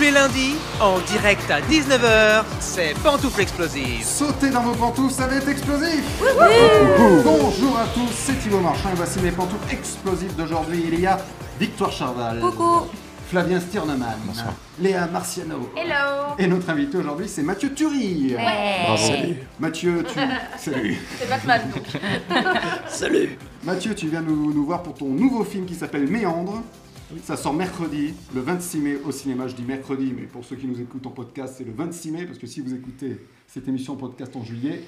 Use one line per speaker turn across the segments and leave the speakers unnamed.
les lundis, en direct à 19h, c'est Pantoufle Explosive.
Sautez dans vos pantoufles, ça va être explosif Bonjour à tous, c'est Thibaut Marchand et voici mes pantoufles explosives d'aujourd'hui. Il y a Victoire Charval,
Coucou.
Flavien Stirneman, Léa Marciano.
Hello.
Et notre invité aujourd'hui, c'est Mathieu Turie. Mathieu, tu... Salut.
C'est Batman donc.
Mathieu, tu viens nous, nous voir pour ton nouveau film qui s'appelle Méandre. Ça sort mercredi, le 26 mai au cinéma. Je dis mercredi, mais pour ceux qui nous écoutent en podcast, c'est le 26 mai, parce que si vous écoutez cette émission en podcast en juillet,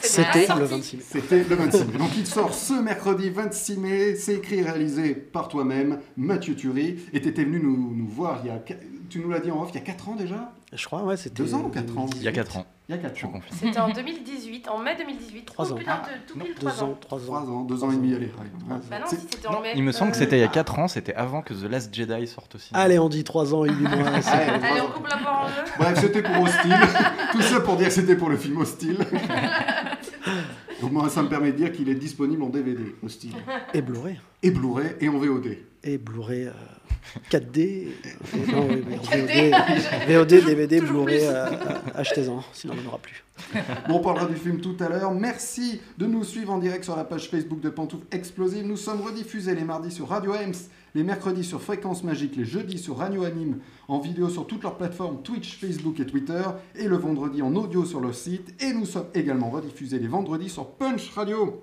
C'était le 26 mai.
c'était le 26 mai. Donc il sort ce mercredi 26 mai. C'est écrit et réalisé par toi-même, Mathieu Turie. Et tu étais venu nous, nous voir il y a. qu- Tu nous l'as dit en off, il y a 4 ans déjà
Je crois, ouais, c'était.
Deux ans ou quatre ans
Il y a 4 ans,
Il y a 4
je
ans.
confirme.
C'était en 2018, en mai 2018.
Trois
Oh,
ans.
putain, de- tout pile trois
Deux ans,
ans.
trois ans.
Trois ans, deux ans et demi, allez. allez.
Bah non,
C'est-
si c'était en mai.
Il me semble que
euh,
c'était il y a 4 ans, c'était avant que The Last Jedi sorte aussi.
Allez, on dit trois ans et demi mois. c'est-
Allez, Ah, trois
Allez, on
ans.
coupe la part en deux.
Bref, c'était pour Hostile. Tout ça pour dire que c'était pour le film Hostile. Donc moi, ça me permet de dire qu'il est disponible en DVD, Hostile.
Et Blu-ray.
Et Blu-ray et en VOD.
Et Blu-ray euh, 4D. euh, non, oui, mais en
4D,
VOD, VOD, DVD,
toujours
Blu-ray,
plus.
euh, euh, achetez-en, sinon on n'en aura plus.
Bon, on parlera du film tout à l'heure. Merci de nous suivre en direct sur la page Facebook de Pantoufle Explosive. Nous sommes rediffusés les mardis sur Radio Ems, les mercredis sur Fréquence Magique, les jeudis sur Radio Anime, en vidéo sur toutes leurs plateformes Twitch, Facebook et Twitter, et le vendredi en audio sur leur site. Et nous sommes également rediffusés les vendredis sur Punch Radio.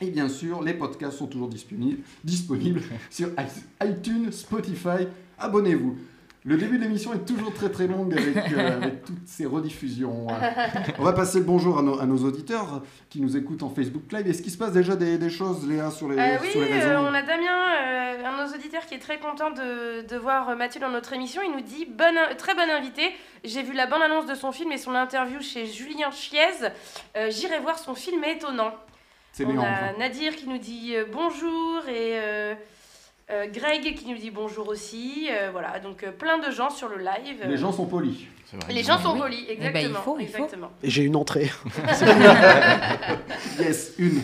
Et bien sûr, les podcasts sont toujours disponibles, disponibles sur i- iTunes, Spotify. Abonnez-vous. Le début de l'émission est toujours très très long avec, euh, avec toutes ces rediffusions. Voilà. On va passer le bonjour à nos, à nos auditeurs qui nous écoutent en Facebook Live. Est-ce qu'il se passe déjà des, des choses, Léa, sur les,
Euh, oui,
sur les réseaux
euh, on a Damien, euh, un de nos auditeurs qui est très content de, de voir euh, Mathieu dans notre émission. Il nous dit bonne, in- très bonne invitée. J'ai vu la bonne annonce de son film et son interview chez Julien Chiez. Euh, J'irai voir son film est étonnant.
C'est
On
Méandre.
a Nadir qui nous dit euh, bonjour et euh, euh, Greg qui nous dit bonjour aussi. Euh, voilà, donc euh, plein de gens sur le live.
Les gens sont polis.
C'est vrai.
Les gens sont
Oui.
polis,
ben, Ah, il
exactement.
faut, il faut.
exactement.
Et j'ai une entrée.
Yes, une.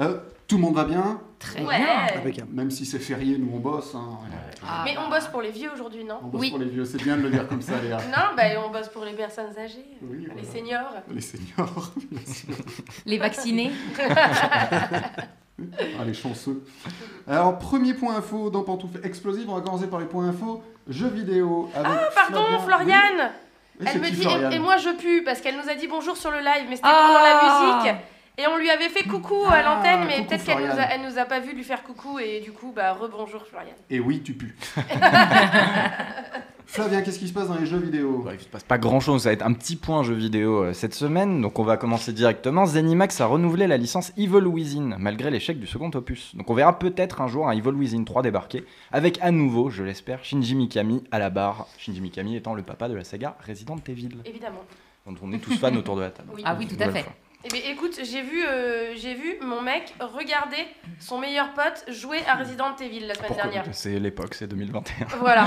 Euh, tout le monde va bien,
Très
Ouais.
bien.
Ah, bah,
Avec un...
même si c'est férié, nous on bosse. hein.
hein. Ah,
Mais on bosse pour les vieux aujourd'hui, non
On bosse
Oui.
pour les vieux, c'est bien de le dire comme ça, Léa.
Non, bah, on bosse pour les personnes âgées,
Oui,
les
voilà.
seniors.
Les seniors,
Les vaccinés.
ah, les chanceux. Alors, premier point info dans Pantoufle Explosive, on va commencer par les points info jeux vidéo. Avec ah,
Oh, Pardon, Floriane Elle me dit, et- et, moi je pue, parce qu'elle nous a dit bonjour sur le live, mais c'était
Ah.
pendant la musique. Et on lui avait fait coucou
Ah,
à l'antenne, mais
coucou,
peut-être qu'elle nous, a-
Floriane.
elle nous a pas vu lui faire coucou, et du coup, bah rebonjour Floriane.
Et Eh oui, tu pues. Flavien, qu'est-ce qui se passe dans les jeux vidéo
Bah, il se passe pas grand chose, ça va être un petit point jeu vidéo euh, cette semaine, donc on va commencer directement. Zenimax a renouvelé la licence Evil Within, malgré l'échec du second opus. Donc on verra peut-être un jour un Evil Within 3 débarquer, avec à nouveau, je l'espère, Shinji Mikami à la barre. Shinji Mikami étant le papa de la saga Resident Evil,
Évidemment.
dont on est tous fans autour de la table.
Oui.
Ah oui, tout à
Nouvelle
fait.
fois.
Eh bien, écoute, j'ai vu, euh, j'ai vu mon mec regarder son meilleur pote jouer à Resident Evil la semaine
Pourquoi
dernière.
C'est l'époque, c'est 2021.
Voilà,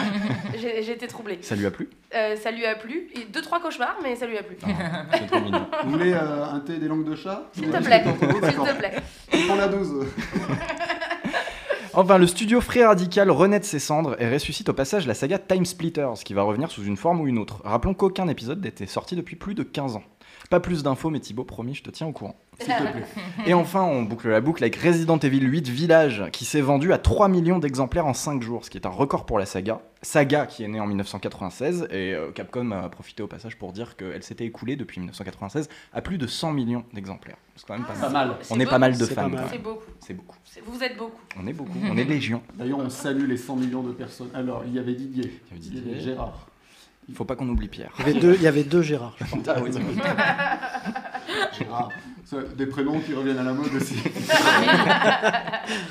j'ai j'ai été troublée.
Ça lui a plu
Euh, ça lui a plu. Et deux, trois cauchemars, mais ça lui a plu.
Ah.
Non, c'est trop mignon.
Vous voulez euh, un thé et des langues de chat
S'il te plaît, s'il
D'accord.
te plaît.
On prend la 12.
Enfin, le studio Free Radical renaît de ses cendres et ressuscite au passage la saga Time Splitters, qui va revenir sous une forme ou une autre. Rappelons qu'aucun épisode n'était sorti depuis plus de 15 ans. Pas plus d'infos, mais Thibaut, promis, je te tiens au courant.
S'il te plaît.
Et enfin, on boucle la boucle avec Resident Evil 8 Village, qui s'est vendu à 3 millions d'exemplaires en 5 jours, ce qui est un record pour la saga. Saga qui est née en 1996, et euh, Capcom a profité au passage pour dire qu'elle s'était écoulée depuis 1996 à plus de 100 millions d'exemplaires. C'est quand même pas
Ah,
mal.
Pas mal.
c'est
On est pas
beau.
mal de
C'est pas
fans.
mal.
quand
C'est
même.
beaucoup.
C'est beaucoup.
C'est- Vous êtes beaucoup.
On est beaucoup. On est légion.
D'ailleurs, on salue les 100 millions de personnes. Alors, il y avait Didier,
Il y avait Didier.
Gérard.
Il faut pas qu'on oublie Pierre.
Il y avait deux, il y avait deux Gérard. je crois.
Ah oui, c'est vrai.
Gérard. C'est Des prénoms qui reviennent à la mode aussi.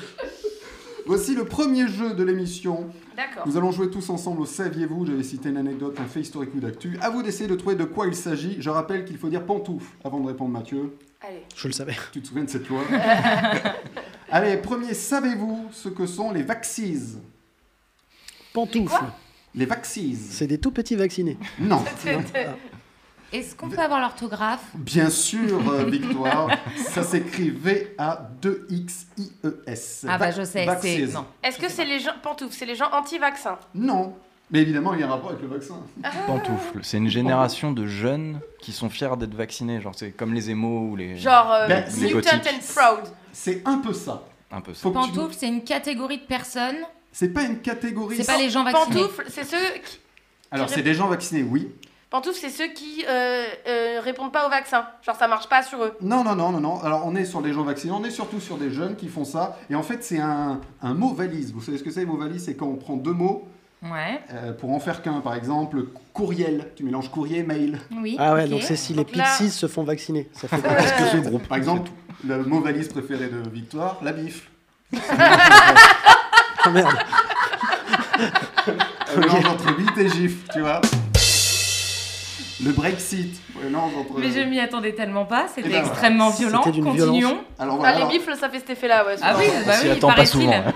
Voici le premier jeu de l'émission.
D'accord.
Nous allons jouer tous ensemble au Saviez-vous J'avais cité une anecdote, un fait historique ou d'actu. À vous d'essayer de trouver de quoi il s'agit. Je rappelle qu'il faut dire pantoufle avant de répondre, Mathieu.
Allez.
Je le savais.
Tu te souviens de cette loi Allez, premier, savez-vous ce que sont les vaxises
Pantoufles.
Les vaxises
C'est des tout petits vaccinés.
Non.
Euh,
Est-ce qu'on peut avoir l'orthographe
Bien sûr, euh, Victoire. Ça s'écrit V-A-2-X-I-E-S.
Ah bah
Vac- E
Ah je sais, c'est
vaxises.
non.
Est-ce que c'est les gens pantoufles, c'est les gens anti-vaccins
Non. Mais évidemment, il y a un rapport avec le vaccin.
Pantoufle. C'est une génération de jeunes qui sont fiers d'être vaccinés. Genre, c'est comme les émos ou les.
Genre euh,
Ben,
c'est
mutant and
gothique.
proud.
C'est un peu ça.
Un peu ça.
Faut que tu-
Pantoufle, c'est une catégorie de personnes.
C'est pas une catégorie.
C'est pas les gens vaccinés.
Pantoufles, c'est ceux qui...
Alors, c'est des gens vaccinés, oui.
Pantoufles, c'est ceux qui euh, euh, répondent pas au vaccin. Genre, ça marche pas sur eux.
Non, non, non, non, non. Alors, on est sur les gens vaccinés, on est surtout sur des jeunes qui font ça. Et en fait, c'est un, un mot valise. Vous savez ce que c'est, les mots valise C'est quand on prend deux mots
Ouais.
euh, pour en faire qu'un. Par exemple, courriel. Tu mélanges courrier et mail.
Oui.
Ah ouais,
ok.
donc c'est si les
Donc là-
Pixies se font vacciner. Ça fait
Euh,
groupe. Par exemple, le mot valise préféré de Victoire, la bifle.
Ah merde.
Un mélange entre bite et gifle, tu vois. Le Brexit. Un mélange entre.
Mais je m'y attendais tellement pas, c'était
Eh ben,
extrêmement
c'était
violent.
d'une
Continuons.
Alors
Ah,
voilà.
les
alors-
bifles, ça fait cet effet-là, ouais.
Ah oui,
On
bah
s'y
oui,
attend pas
paraît-il.
souvent. hein.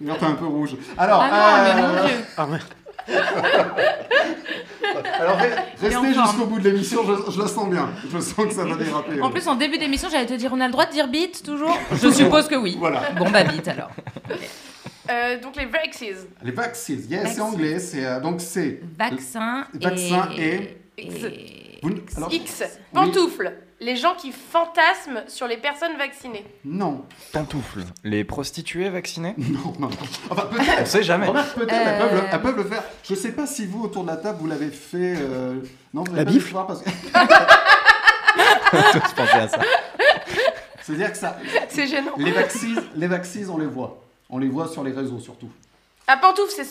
Merde, t'es un peu rouge. Alors,
Ah non,
euh,
mais mon dieu.
Ah merde.
alors re-
Il est en
restez
forme.
jusqu'au bout de l'émission, je, je la sens bien. Je sens que ça va déraper. euh.
En plus, en début d'émission, j'allais te dire on a le droit de dire bite toujours Je suppose que oui.
Voilà.
Bon, bah bite alors.
Euh, donc, les Vrexes.
Les vaccines, yes, c'est
Vaccines.
anglais. C'est, euh, donc c'est.
Vaccin,
Vaccin et-
et-
Vous ne- alors-
X. Pantoufles. Les gens qui fantasment sur les personnes vaccinées.
Non,
Pantoufle. Les prostituées vaccinées
non, non. non. Enfin, peut-être.
On sait jamais.
Remarque, peut-être, elles,
Euh.
peuvent le, elles peuvent le faire. Je sais pas si vous, autour de la table, vous l'avez fait. euh, Non, vous l'avez
La
pas dû le
bifle
faire parce que-
Tous pensaient à ça.
C'est-à-dire que ça.
C'est gênant.
Les vaccines, les vaccines, on les voit. On les voit sur les réseaux surtout.
Ah, pantoufles, c'est.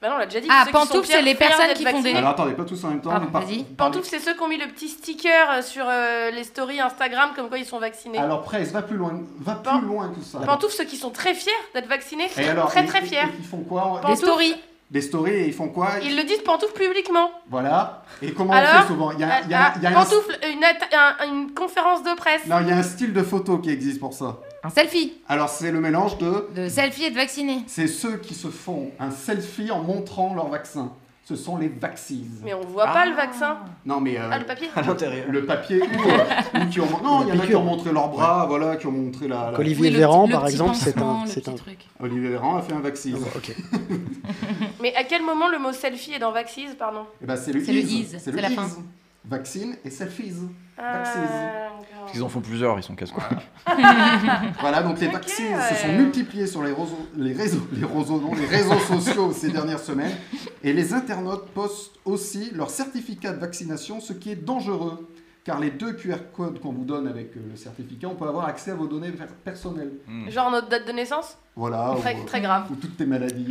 Bah non, on l'a déjà dit.
Ah,
ceux qui sont
pantoufles,
fiers-
c'est les
fiers
personnes
d'être
qui font des-
vaccinés.
Alors attendez, pas tous en même temps.
Pardon,
mais par-
vas-y.
Pantoufles, c'est ceux qui ont mis le petit sticker euh, sur euh, les stories Instagram comme quoi ils sont vaccinés.
Alors presse, va plus loin, va
Pan-
plus loin que ça.
Pantoufles, ceux qui sont très fiers d'être vaccinés.
Et alors,
très
ils-
très fiers.
Ils, ils font quoi
Des
Pantoufles.
stories.
Des stories et ils font quoi
Ils le disent pantoufles publiquement.
Voilà. Et comment on
Alors,
fait souvent Il y a, il y a-
Ah,
il y a un...
Pantoufles, une, atta- un- une conférence de presse.
Non, il y a un style de photo qui existe pour ça.
Un selfie.
Alors c'est le mélange de...
De selfie et de vacciné.
C'est ceux qui se font un selfie en montrant leur vaccin. Ce sont les vaccines.
Mais on voit pas
Ah.
le vaccin.
Non mais... euh,
Ah, le papier
À l'intérieur.
le papier ou, euh, ou qui ont... Non,
La
il y en a qui
piqûre.
ont montré leurs bras, voilà, qui ont montré la... la-
Olivier
le
Véran,
petit- le
par
petit
exemple, c'est
pansement,
un.
le
c'est
petit
un-
truc.
Olivier Véran a fait un vaccine.
Ah, Ok.
Mais à quel moment le mot selfie est dans Vaxis, pardon
Et ben c'est le
C'est le
is.
is, c'est la
is.
fin.
Vaccine et selfies.
Ah,
Parce qu'ils en font plusieurs, ils sont casse-couilles.
Voilà, donc les
Ok,
vaccins se
ouais.
sont multipliés sur les réseaux, les réseaux, les réseaux, non, les réseaux sociaux ces dernières semaines. Et les internautes postent aussi leur certificat de vaccination, ce qui est dangereux. Car les deux QR codes qu'on vous donne avec euh, le certificat, on peut avoir accès à vos données per- personnelles.
Genre notre date de naissance
Voilà,
Très-
Ah, ou,
très grave.
ou toutes tes maladies.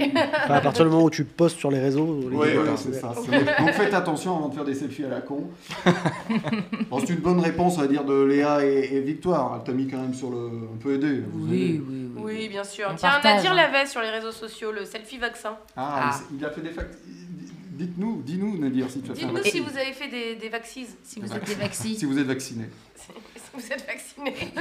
Enfin, à partir du moment où tu postes sur les réseaux. les
Ouais,
vidéos,
ouais,
là,
c'est ça. c'est- Donc faites attention avant de faire des selfies à la con. Bon, c'est une bonne réponse, on va dire, de Léa et, et Victoire. Elle t'a mis quand même sur le. On peut aider. vous
Oui,
aider.
oui, oui.
Oui, bien sûr.
On
Tiens,
partage,
Nadir
hein.
l'avait sur les réseaux sociaux, le selfie vaccin.
Ah,
Ah.
mais c'est- il a fait des fact... Dites-nous, dis-nous, Nadir, si tu as fait un
Dites-nous
vaccin.
si vous avez fait des, des Vaxis.
Si vous êtes des vaccins.
Si vous êtes vacciné.
Si vous êtes vacciné.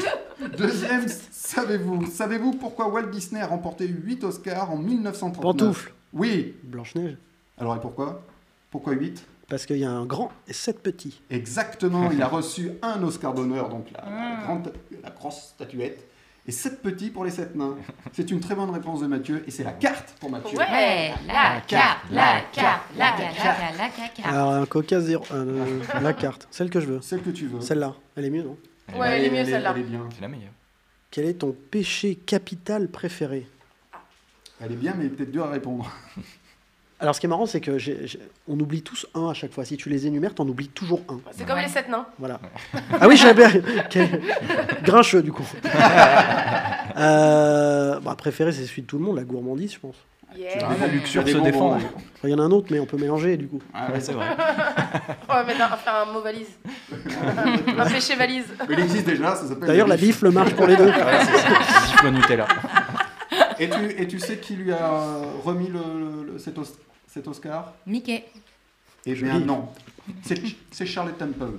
Deuxième, savez-vous savez-vous pourquoi Walt Disney a remporté 8 Oscars en 1939
Pantoufle.
Oui.
Blanche-Neige.
Alors et pourquoi Pourquoi 8
Parce qu'il y a un grand et sept petits.
Exactement, il a reçu un Oscar d'honneur, donc la,
Ah.
la grande, la grosse statuette. Et 7 petits pour les 7 nains. C'est une très bonne réponse de Mathieu, et c'est la carte pour Mathieu.
Ouais.
Ouais, la carte, la carte, la carte, la Ah. carte, la carte, la carte.
Alors, un coca zéro. euh, la carte. Celle que je veux.
Celle que tu veux.
Celle-là. Elle est mieux, non
Ouais, elle est mieux, celle-là.
Elle est bien.
C'est la meilleure.
Quel est ton péché capital préféré
Elle est bien, mais peut-être dure à répondre.
Alors, ce qui est marrant, c'est que j'ai- j'ai- on oublie tous un à chaque fois. Si tu les énumères, t'en oublies toujours un.
C'est comme
Ouais.
les sept nains.
Voilà. Ah oui, j'avais. Quel... Grincheux, du coup. Euh, bah, préféré, c'est celui de tout le monde, la gourmandise, je pense.
Yeah.
Ah, la luxure
Il y a
se
des bonbons,
défend.
ouais.
Enfin, Il y en a un autre, mais on peut mélanger, du coup.
Ah,
Ouais, c'est vrai.
On va mettre un, faire un mot valise. un péché valise.
Il existe déjà, ça s'appelle.
D'ailleurs,
le
la
bif.
bifle marche pour les deux.
Siffle au Nutella.
Et tu, et tu sais qui lui a remis le, le- cet, os- cet Oscar
Mickey.
Et
Joli.
bien non, c'est c'est Charlotte Temple.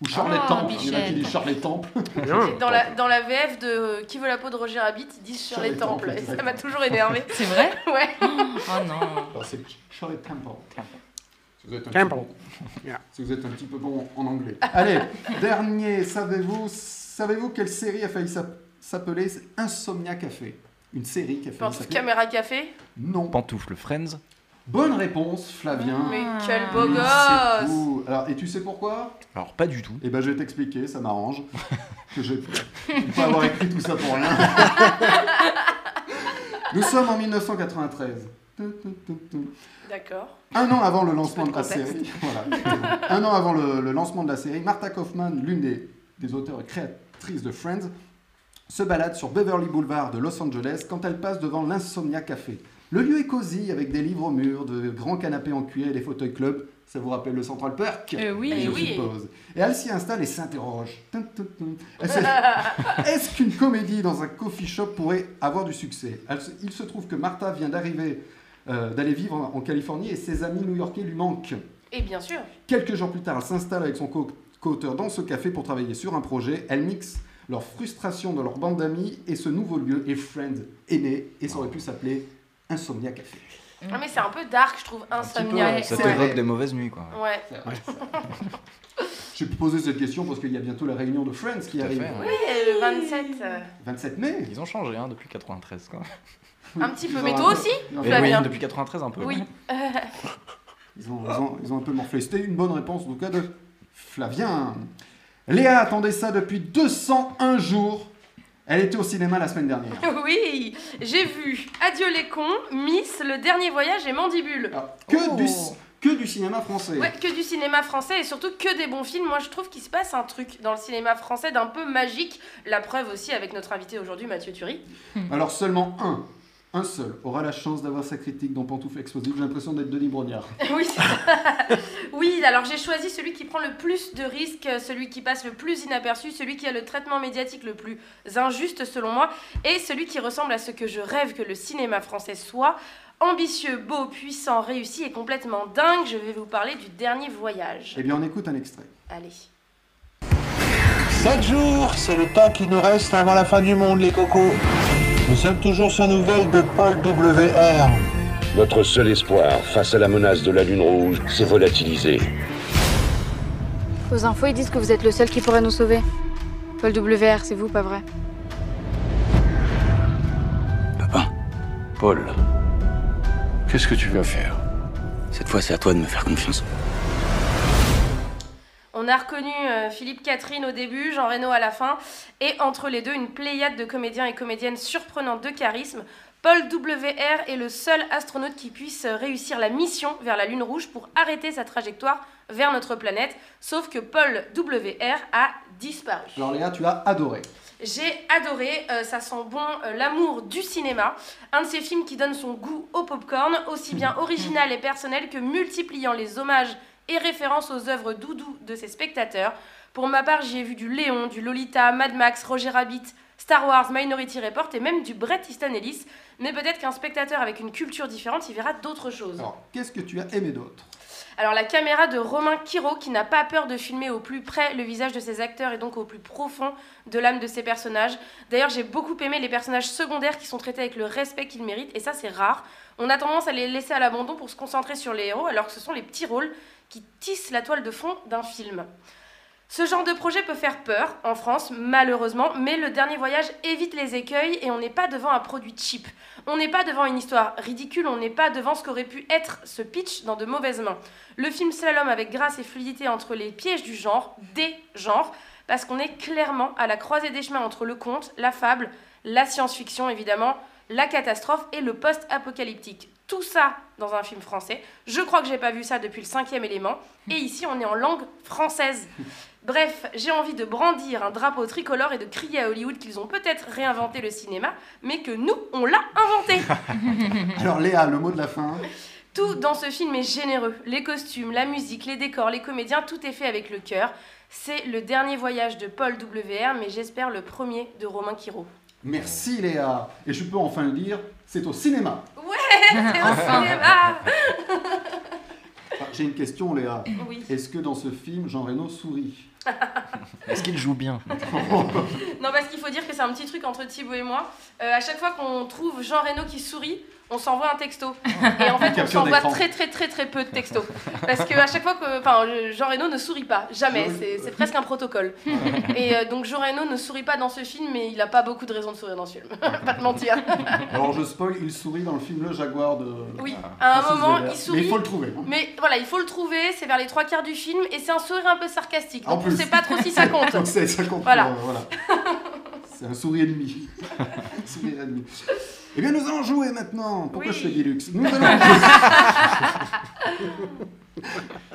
Ou Charlotte
Ah,
Temple, il y en a qui
Michel.
disent Charlotte Temple.
Bien.
Dans la, dans la VF de euh, Qui veut la peau de Roger Rabbit, ils disent sur les temples. Et ça m'a toujours énervé.
C'est vrai
Ouais.
Oh non.
Alors, c'est Charlotte Temple. Si vous êtes un
Temple.
petit peu-
Yeah.
Si vous êtes un petit peu bon en anglais. Allez, dernier, savez-vous savez-vous quelle série a failli s'app- s'appeler Insomnia Café Une série qui a failli
Pantoufle
s'appeler...
caméra café.
Non.
Pantoufle Friends.
Bonne réponse, Flavien.
Ah, Mais quel beau
Oui, c'est
gosse
tout. Alors, et tu sais pourquoi
Alors, pas du tout.
Eh ben, je vais t'expliquer, ça m'arrange. que je pas avoir écrit tout ça pour rien. Nous sommes en 1993.
D'accord.
Un an avant le lancement
Peu
de
de
la
contexte.
série, voilà. un an avant le, le lancement de la série, Martha Kaufman, l'une des, des auteurs et créatrices de Friends, se balade sur Beverly Boulevard de Los Angeles quand elle passe devant l'Insomnia Café. Le lieu est cosy avec des livres au mur, de grands canapés en cuir et des fauteuils club. Ça vous rappelle le Central Perk
Euh, oui.
je
Eh oui.
suppose. Et elle s'y installe et s'interroge. Tum, tum, tum. Elle se- Est-ce qu'une comédie dans un coffee shop pourrait avoir du succès Elle se- Il se trouve que Martha vient d'arriver, euh, d'aller vivre en, en Californie et ses amis new-yorkais lui manquent.
Et bien sûr.
Quelques jours plus tard, elle s'installe avec son co- co-auteur dans ce café pour travailler sur un projet. Elle mixe leur frustration dans leur bande d'amis et ce nouveau lieu est Friend est né et ça aurait pu s'appeler Insomnia Café.
Ah, mais c'est un peu dark, je trouve, insomnia.
Ça
C'est
t'évoque
vrai.
des mauvaises nuits, quoi.
Ouais.
J'ai posé cette question parce qu'il y a bientôt la réunion de Friends qui
Tout à
arrive.
fait, ouais.
Oui, le 27. euh,
27 mai
Ils ont changé hein, depuis 93, quoi.
Un petit peu.
Ils
Mais
ont
toi
un-
aussi
ils ont-
Et
Flavien.
oui, depuis 93, un peu.
Oui.
Ils ont, ils ont- ils ont un peu morflé. C'était une bonne réponse, en tout cas, de Flavien. Léa attendait ça depuis 201 jours. Elle était au cinéma la semaine dernière.
Oui, j'ai vu Adieu les cons, Miss, Le Dernier Voyage et Mandibule.
Alors, que,
Oh.
du, c- que du cinéma français.
Ouais, que du cinéma français et surtout que des bons films. Moi, je trouve qu'il se passe un truc dans le cinéma français d'un peu magique. La preuve aussi avec notre invité aujourd'hui, Mathieu Thury.
Alors, seulement un, un seul, aura la chance d'avoir sa critique dans Pantoufle Explosive. J'ai l'impression d'être Denis Brognard.
Oui, c'est ça. oui, alors j'ai choisi celui qui prend le plus de risques, celui qui passe le plus inaperçu, celui qui a le traitement médiatique le plus injuste selon moi, et celui qui ressemble à ce que je rêve que le cinéma français soit. Ambitieux, beau, puissant, réussi et complètement dingue, je vais vous parler du dernier voyage.
Eh bien, on écoute un extrait.
Allez.
7 jours, c'est le temps qui nous reste avant la fin du monde, les cocos. Nous sommes toujours sans nouvelles de Paul W.R.
Notre seul espoir face à la menace de la Lune Rouge s'est volatilisé.
Aux infos, ils disent que vous êtes le seul qui pourrait nous sauver. Paul WR, c'est vous, pas vrai
Paul, qu'est-ce que tu vas faire Cette fois, c'est à toi de me faire confiance.
On a reconnu euh, Philippe Catherine au début, Jean Reno à la fin, et entre les deux, une pléiade de comédiens et comédiennes surprenantes de charisme. Paul W.R. est le seul astronaute qui puisse euh, réussir la mission vers la Lune Rouge pour arrêter sa trajectoire vers notre planète, sauf que Paul W.R. a disparu.
Alors, Léa, tu as adoré.
J'ai adoré, euh, ça sent bon euh, l'amour du cinéma, un de ces films qui donne son goût au popcorn, aussi bien original et personnel que multipliant les hommages et références aux œuvres doudou de ses spectateurs. Pour ma part, j'y ai vu du Léon, du Lolita, Mad Max, Roger Rabbit, Star Wars, Minority Report et même du Bret Easton Ellis, mais peut-être qu'un spectateur avec une culture différente y verra d'autres choses.
Alors, qu'est-ce que tu as aimé d'autre
Alors la caméra de Romain Quiro qui n'a pas peur de filmer au plus près le visage de ses acteurs et donc au plus profond de l'âme de ses personnages. D'ailleurs j'ai beaucoup aimé les personnages secondaires qui sont traités avec le respect qu'ils méritent et ça c'est rare. On a tendance à les laisser à l'abandon pour se concentrer sur les héros alors que ce sont les petits rôles qui tissent la toile de fond d'un film. Ce genre de projet peut faire peur en France, malheureusement, mais le dernier voyage évite les écueils et on n'est pas devant un produit cheap. On n'est pas devant une histoire ridicule, on n'est pas devant ce qu'aurait pu être ce pitch dans de mauvaises mains. Le film slalom avec grâce et fluidité entre les pièges du genre, des genres, parce qu'on est clairement à la croisée des chemins entre le conte, la fable, la science-fiction évidemment, la catastrophe et le post-apocalyptique. Tout ça dans un film français. Je crois que j'ai pas vu ça depuis le cinquième élément. Et ici, on est en langue française. Bref, j'ai envie de brandir un drapeau tricolore et de crier à Hollywood qu'ils ont peut-être réinventé le cinéma, mais que nous, on l'a inventé.
Alors, Léa, le mot de la fin.
Tout dans ce film est généreux. Les costumes, la musique, les décors, les comédiens, tout est fait avec le cœur. C'est le dernier voyage de Paul WR, mais j'espère le premier de Romain Quiro.
Merci, Léa. Et je peux enfin le dire, c'est au cinéma. Enfin, J'ai une question, Léa.
Oui.
Est-ce que dans ce film, Jean Reno sourit
Est-ce qu'il joue bien
Non, parce qu'il faut dire que c'est un petit truc entre Thibaut et moi. Euh, à chaque fois qu'on trouve Jean Reno qui sourit, on s'envoie un texto. Et en fait, on
Capture
s'envoie
d'écran.
très, très, très, très peu de textos. Parce que à chaque fois que. Enfin, euh, Jean Reno ne sourit pas. Jamais. C'est c'est presque un protocole. Et euh, donc, Jean Reno ne sourit pas dans ce film, mais il n'a pas beaucoup de raisons de sourire dans ce film. pas de mentir.
Alors je spoil, il sourit dans le film Le Jaguar de.
Oui, à un
Francis
moment,
Weber.
il
Mais il
sourit.
faut le trouver. hein.
Mais voilà, il faut le trouver, c'est vers les trois quarts du film, et c'est un sourire un peu sarcastique.
En
Donc on
plus.
sait pas trop si ça compte.
Donc c'est ça compte.
Voilà.
euh, voilà. C'est un sourire ennemi. Un sourire ennemi. Eh bien, nous allons jouer maintenant. Pourquoi
Oui.
je fais Guilux Nous allons jouer.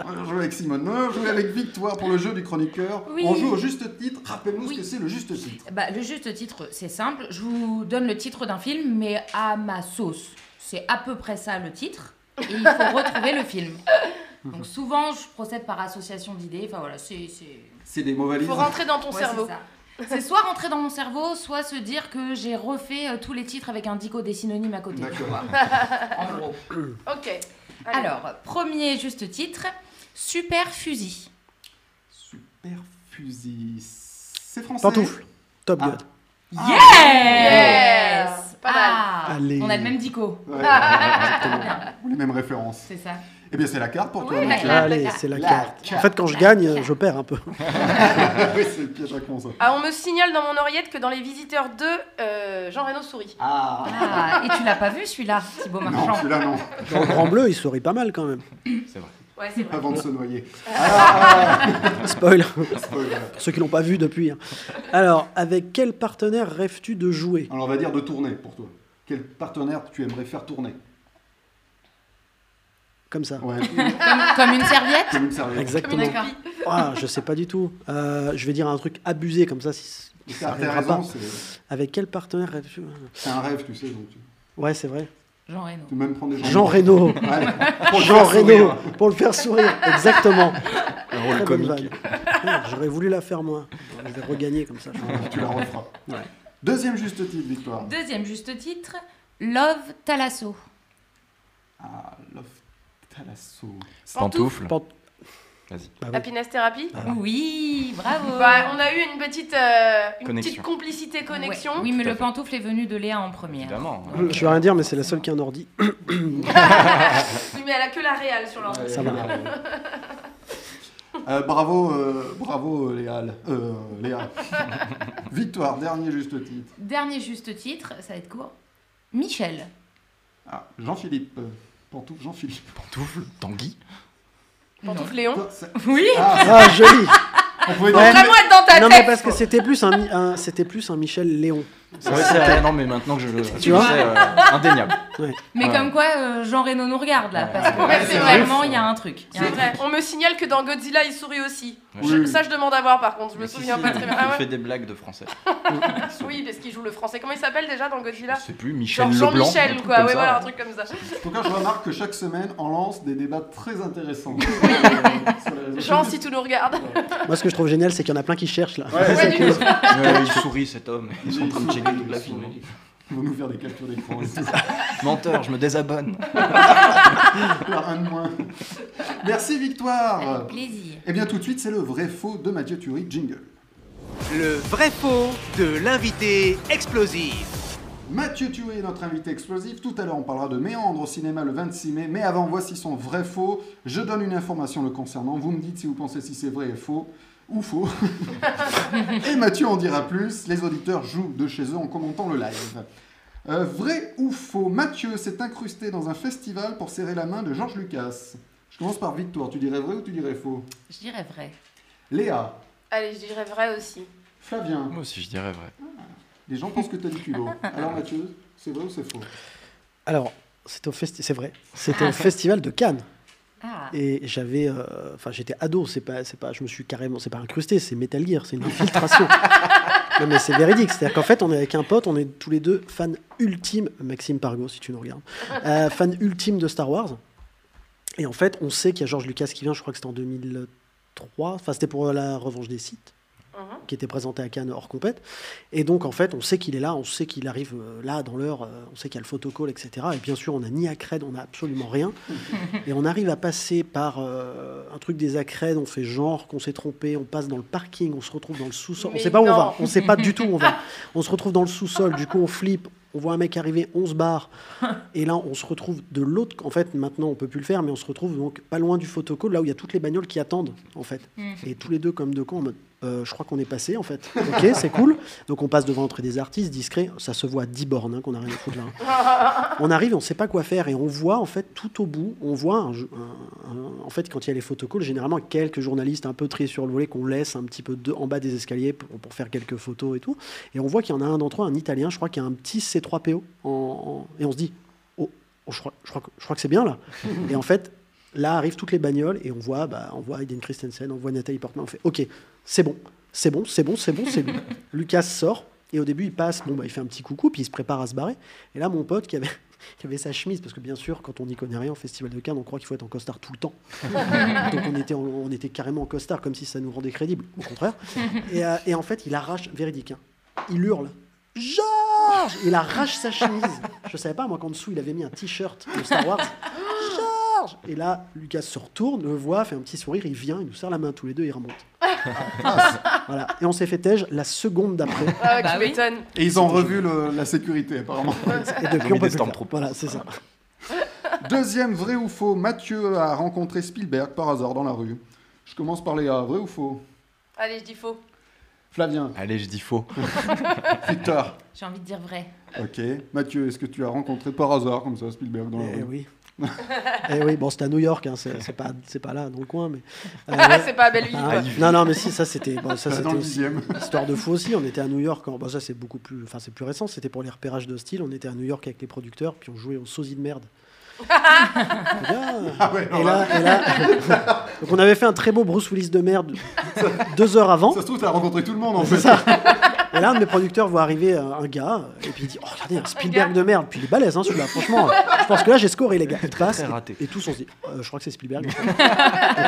On va jouer avec Simone. Nous allons jouer avec Victoire pour le jeu du chroniqueur.
Oui.
On joue au juste titre. Rappelle-nous
Oui.
ce que c'est le juste titre.
Bah, le juste titre, c'est simple. Je vous donne le titre d'un film, mais à ma sauce. C'est à peu près ça le titre. Et il faut retrouver le film. Donc souvent, je procède par association d'idées. Enfin voilà, c'est. c'est-
C'est des mots valises.
Faut rentrer dans ton
Ouais,
cerveau.
c'est ça. C'est soit rentrer dans mon cerveau, soit se dire que j'ai refait euh, tous les titres avec un dico des synonymes à côté. tu
D'accord.
vois. en gros.
Ok. Allez.
Alors, premier juste titre Super fusil.
Super fusil. C'est français.
Pantoufle. Top
Ah.
Gun.
Yes Pas mal.
Ah,
Allez.
On a le même dico.
Ouais, exactement. Les mêmes références.
C'est ça.
Eh bien, c'est la carte pour toi.
Oui, la
Mathieu.
carte.
Allez, c'est la
La
carte. En fait, quand je gagne, je perds un peu.
oui, c'est le piège à con, ça.
Ah, on me signale dans mon oreillette que dans Les Visiteurs 2, euh, Jean Reno sourit.
Ah.
Ah, et tu l'as pas vu celui-là, Thibaut
Non,
Marchand
celui-là, non.
Dans le Grand Bleu, il sourit pas mal quand même.
Ouais, c'est vrai.
Avant de se noyer. Spoiler.
Spoil. Ceux qui l'ont pas vu depuis. hein. Alors, avec quel partenaire rêves-tu de jouer
Alors on va dire de tourner pour toi. Quel partenaire tu aimerais faire tourner
Comme ça.
Ouais,
comme, comme une serviette
comme une serviette.
Comme
Exactement.
une copie.
Ah, je sais pas du tout. Euh, je vais dire un truc abusé comme ça. Si
T'as-
ça
T'as
arrivera
raison,
pas.
c'est
Avec quel partenaire rêves-tu
c'est un rêve, tu sais. Donc tu
Ouais, c'est vrai.
Jean Reno.
tu peux même prendre des gens.
Jean Reno.
Ouais, pour le
Jean
faire sourire.
Reno. Pour le faire sourire. Exactement.
Le rôle
Très bonne
comique.
vanne. Merde, J'aurais voulu la faire moi. Je vais regagner comme ça. je crois.
Ouais, Tu la referas. Deuxième juste titre, Victoire.
Deuxième juste titre, Love Talasso.
Ah, Love Talasso.
Pantoufle.
Pan-
Happiness Therapy
Ah.
Oui, bravo.
Bah, on a eu une petite, euh, une
Connexion.
petite complicité connexion.
Ouais. Oui, mais
Tout à
le
fait.
pantoufle est venu de Léa en première.
Évidemment. hein.
Je vais rien dire, mais c'est la seule qui a un ordi.
Oui, mais elle a que la réal sur l'ordre.
Ouais,
Ça va.
ouais. Euh, bravo, euh, bravo euh, Léa. Euh, Léa. Victoire, dernier juste titre.
Dernier juste titre, ça va être court. Michel.
Ah, Jean-Philippe. euh, Pantouf Jean-Philippe.
Pantoufle. Tanguy.
Pantoufle
Oh.
Léon.
Toi, c'est-
Oui.
Ah,
Ah, joli
on pouvait
Ouais.
dire-
Vraiment être dans ta
Non, mais
tête
parce que c'était plus un, Mi- un- c'était plus un Michel Léon.
C'est vrai, c'est vrai. Non, mais maintenant que je le. Tu
vois
Indéniable.
Mais
Ouais.
comme quoi, euh, Jean Reno nous regarde là, parce que
Ouais, c'est vrai.
vraiment, il y a un truc. Il y
C'est
a un
vrai. On me signale que dans Godzilla, il sourit aussi.
Oui.
Je- ça, je demande à voir par contre. Je me
Mais si,
souviens
si,
pas très bien.
Il
Ah ouais.
fait des blagues de français.
Oui, parce qu'il joue le français. Comment il s'appelle déjà dans
Je
Godzilla
sais plus. Michel
Genre
Leblanc. un
Jean-Michel,
truc
quoi.
comme
Ouais,
ça.
voilà, un truc comme ça.
En tout cas, je remarque que chaque semaine, on lance des débats très intéressants.
Jean, si tout nous regarde.
Moi, ce que je trouve génial, c'est qu'il y en a plein qui cherchent là.
Ouais,
Ouais, du coup.
Ouais, il sourit cet homme. Ils sont en train de checker toute la hein. film.
Ils vont nous faire des captures d'écran. hein. et tout.
Menteur, je me désabonne.
Alors, un de moins. Merci, Victoire.
Avec plaisir.
Et bien, tout de suite, c'est le vrai faux de Mathieu Thury, jingle.
Le vrai faux de l'invité explosif.
Mathieu Thury est notre invité explosif. Tout à l'heure, on parlera de Méandre au cinéma le 26 mai. Mais avant, voici son vrai faux. Je donne une information le concernant. Vous me dites si vous pensez si c'est vrai et faux. Ou faux. et Mathieu en dira plus. Les auditeurs jouent de chez eux en commentant le live. Euh, vrai ou faux Mathieu s'est incrusté dans un festival pour serrer la main de Georges Lucas. Je commence par Victoire. Tu dirais vrai ou tu dirais faux
Je dirais vrai.
Léa,
Allez, je dirais vrai aussi.
Flavien,
Moi aussi, je dirais vrai.
les gens pensent que t'as du culot. Alors Mathieu, c'est vrai ou c'est faux
Alors, c'était au festi- c'est vrai. C'était au festival de Cannes.
Ah.
Et j'avais, euh, enfin, j'étais ado. C'est pas, c'est pas, je me suis carrément, c'est pas incrusté. C'est Metal Gear. C'est une infiltration. non, mais c'est véridique. C'est-à-dire qu'en fait, on est avec un pote. On est tous les deux fans ultimes. Maxime Pargo, si tu nous regardes, euh, fan ultime de Star Wars. Et en fait, on sait qu'il y a George Lucas qui vient. Je crois que c'était en 2003. Enfin, c'était pour la Revanche des Sith.
Mhm.
qui était présenté à Cannes hors compète. Et donc, en fait, on sait qu'il est là, on sait qu'il arrive euh, là, dans l'heure, euh, on sait qu'il y a le photocall, etc. Et bien sûr, on n'a ni accred, on n'a absolument rien. Et on arrive à passer par euh, un truc des accrèdes, on fait genre qu'on s'est trompé, on passe dans le parking, on se retrouve dans le sous-sol. On
Mais
sait pas où on
non.
va, on sait pas du tout où on va. On se retrouve dans le sous-sol, du coup, on flippe. On voit un mec arriver, on se barre, et là on se retrouve de l'autre. En fait, maintenant on peut plus le faire, mais on se retrouve donc pas loin du photocall, là où il y a toutes les bagnoles qui attendent, en fait.
Mm.
Et tous les deux comme deux cons en mode, euh, je crois qu'on est passé en fait. Ok, c'est cool. Donc on passe devant l'entrée des artistes, discret. Ça se voit à 10 bornes hein, qu'on a rien à foutre là. hein. On arrive, on sait pas quoi faire et on voit en fait tout au bout, on voit un jeu- un- un- en fait quand il y a les photocalls, généralement quelques journalistes un peu triés sur le volet qu'on laisse un petit peu de, en bas des escaliers pour, pour faire quelques photos et tout. Et on voit qu'il y en a un d'entre eux, un Italien, je crois qu'il y a un petit C3PO en- en- et on se dit, oh, oh, je, crois, je crois que, je crois que c'est bien là. et en fait là arrivent toutes les bagnoles et on voit, bah, on voit Aiden Christensen, on voit Nathalie Portman, on fait, ok, c'est bon, c'est bon, c'est bon, c'est bon, c'est bon. Lucas sort et au début il passe, bon bah il fait un petit coucou puis il se prépare à se barrer. Et là mon pote qui avait qui avait sa chemise, parce que bien sûr, quand on n'y connaît rien au Festival de Cannes, on croit qu'il faut être en costard tout le temps. Donc on était, en- on était carrément en costard, comme si ça nous rendait crédibles, au contraire. Et, euh, et en fait, il arrache, véridique, hein. il hurle Georges Il arrache sa chemise. Je savais pas, moi, qu'en dessous, il avait mis un t-shirt de Star Wars. Georges Et là, Lucas se retourne, le voit, fait un petit sourire, il vient, il nous serre la main tous les deux, il remonte. voilà. Et on s'est fait tège la seconde d'après.
Ah,
Bah
tu
oui.
m'étonnes.
Et ils ont revu le- la sécurité, apparemment.
Et depuis,
mis
on peut
des
plus le faire.
stormtroopers.
Voilà, c'est ça.
Deuxième vrai ou faux, Mathieu a rencontré Spielberg par hasard dans la rue. Je commence par les A, vrai ou faux
Allez, je dis faux.
Flavien,
Allez, je dis faux.
Victor.
J'ai envie de dire vrai.
Ok. Mathieu, est-ce que tu as rencontré par hasard comme ça Spielberg dans la
Eh
rue
oui. eh oui, bon, c'était à New York, hein, c'est c'est pas, c'est pas là, dans le coin, mais. euh,
c'est pas à Belleville. quoi.
ah, non, non, mais si, ça c'était bon, ça,
Dans
c'était
le
aussi
dixième.
histoire de fou aussi. On était à New York, en- bon, ça c'est beaucoup plus, enfin c'est plus récent, c'était pour les repérages de style. On était à New York avec les producteurs, puis on jouait au sosie de merde. Eh bien,
Ah ouais,
et
alors là,
là, et là- donc on avait fait un très beau Bruce Willis de merde deux heures avant.
ça se trouve, t'as rencontré tout le monde en
C'est
fait.
ça. Et là, un de mes producteurs voit arriver euh, un gars, et puis il dit Oh, regardez, un Spielberg de merde. Puis il est balèze, hein, celui-là. Franchement, euh, je pense que là, j'ai scoré, les gars. Il passe.
très
et-
raté.
Et, tous, on se dit Euh, Je crois que c'est Spielberg. Donc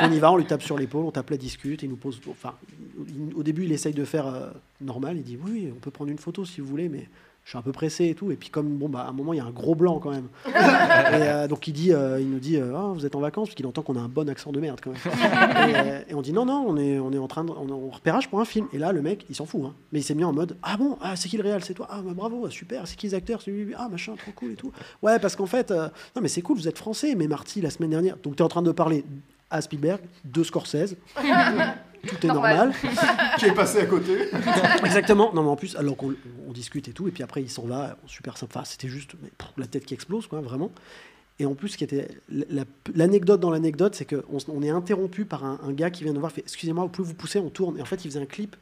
on y va, on lui tape sur l'épaule, on tape la discute, il nous pose. Enfin, il- au début, il essaye de faire euh, normal. Il dit Oui, Oui, on peut prendre une photo si vous voulez, mais. Je suis un peu pressé et tout. Et puis, comme, bon, bah, à un moment, il y a un gros blanc quand même. Et, euh, donc, il, dit, euh, il nous dit euh, Ah, Vous êtes en vacances Parce qu'il entend qu'on a un bon accent de merde quand même et, euh, et on dit non, non, on est, on est en train de, on est en repérage pour un film. Et là, le mec, il s'en fout. hein. Mais il s'est mis en mode Ah bon, ah, c'est qui le réel C'est toi Ah bah, bravo, ah, super, c'est qui les acteurs C'est lui, lui, Ah machin, trop cool et tout. Ouais, parce qu'en fait, euh, non, mais c'est cool, vous êtes français, mais Marty, la semaine dernière, donc t'es en train de parler à Spielberg, de Scorsese. Tout est normal.
Normal.
Qui est passé à côté
Exactement. Non, mais en plus, alors qu'on on discute et tout, et puis après, il s'en va, super sympa. Enfin, c'était juste mais, pff, la tête qui explose, quoi, vraiment. Et en plus, ce qui était la- la- l'anecdote dans l'anecdote, c'est qu'on on est interrompu par un, un gars qui vient nous voir, fait Excusez-moi, vous pouvez vous pousser, on tourne. Et en fait, il faisait un clip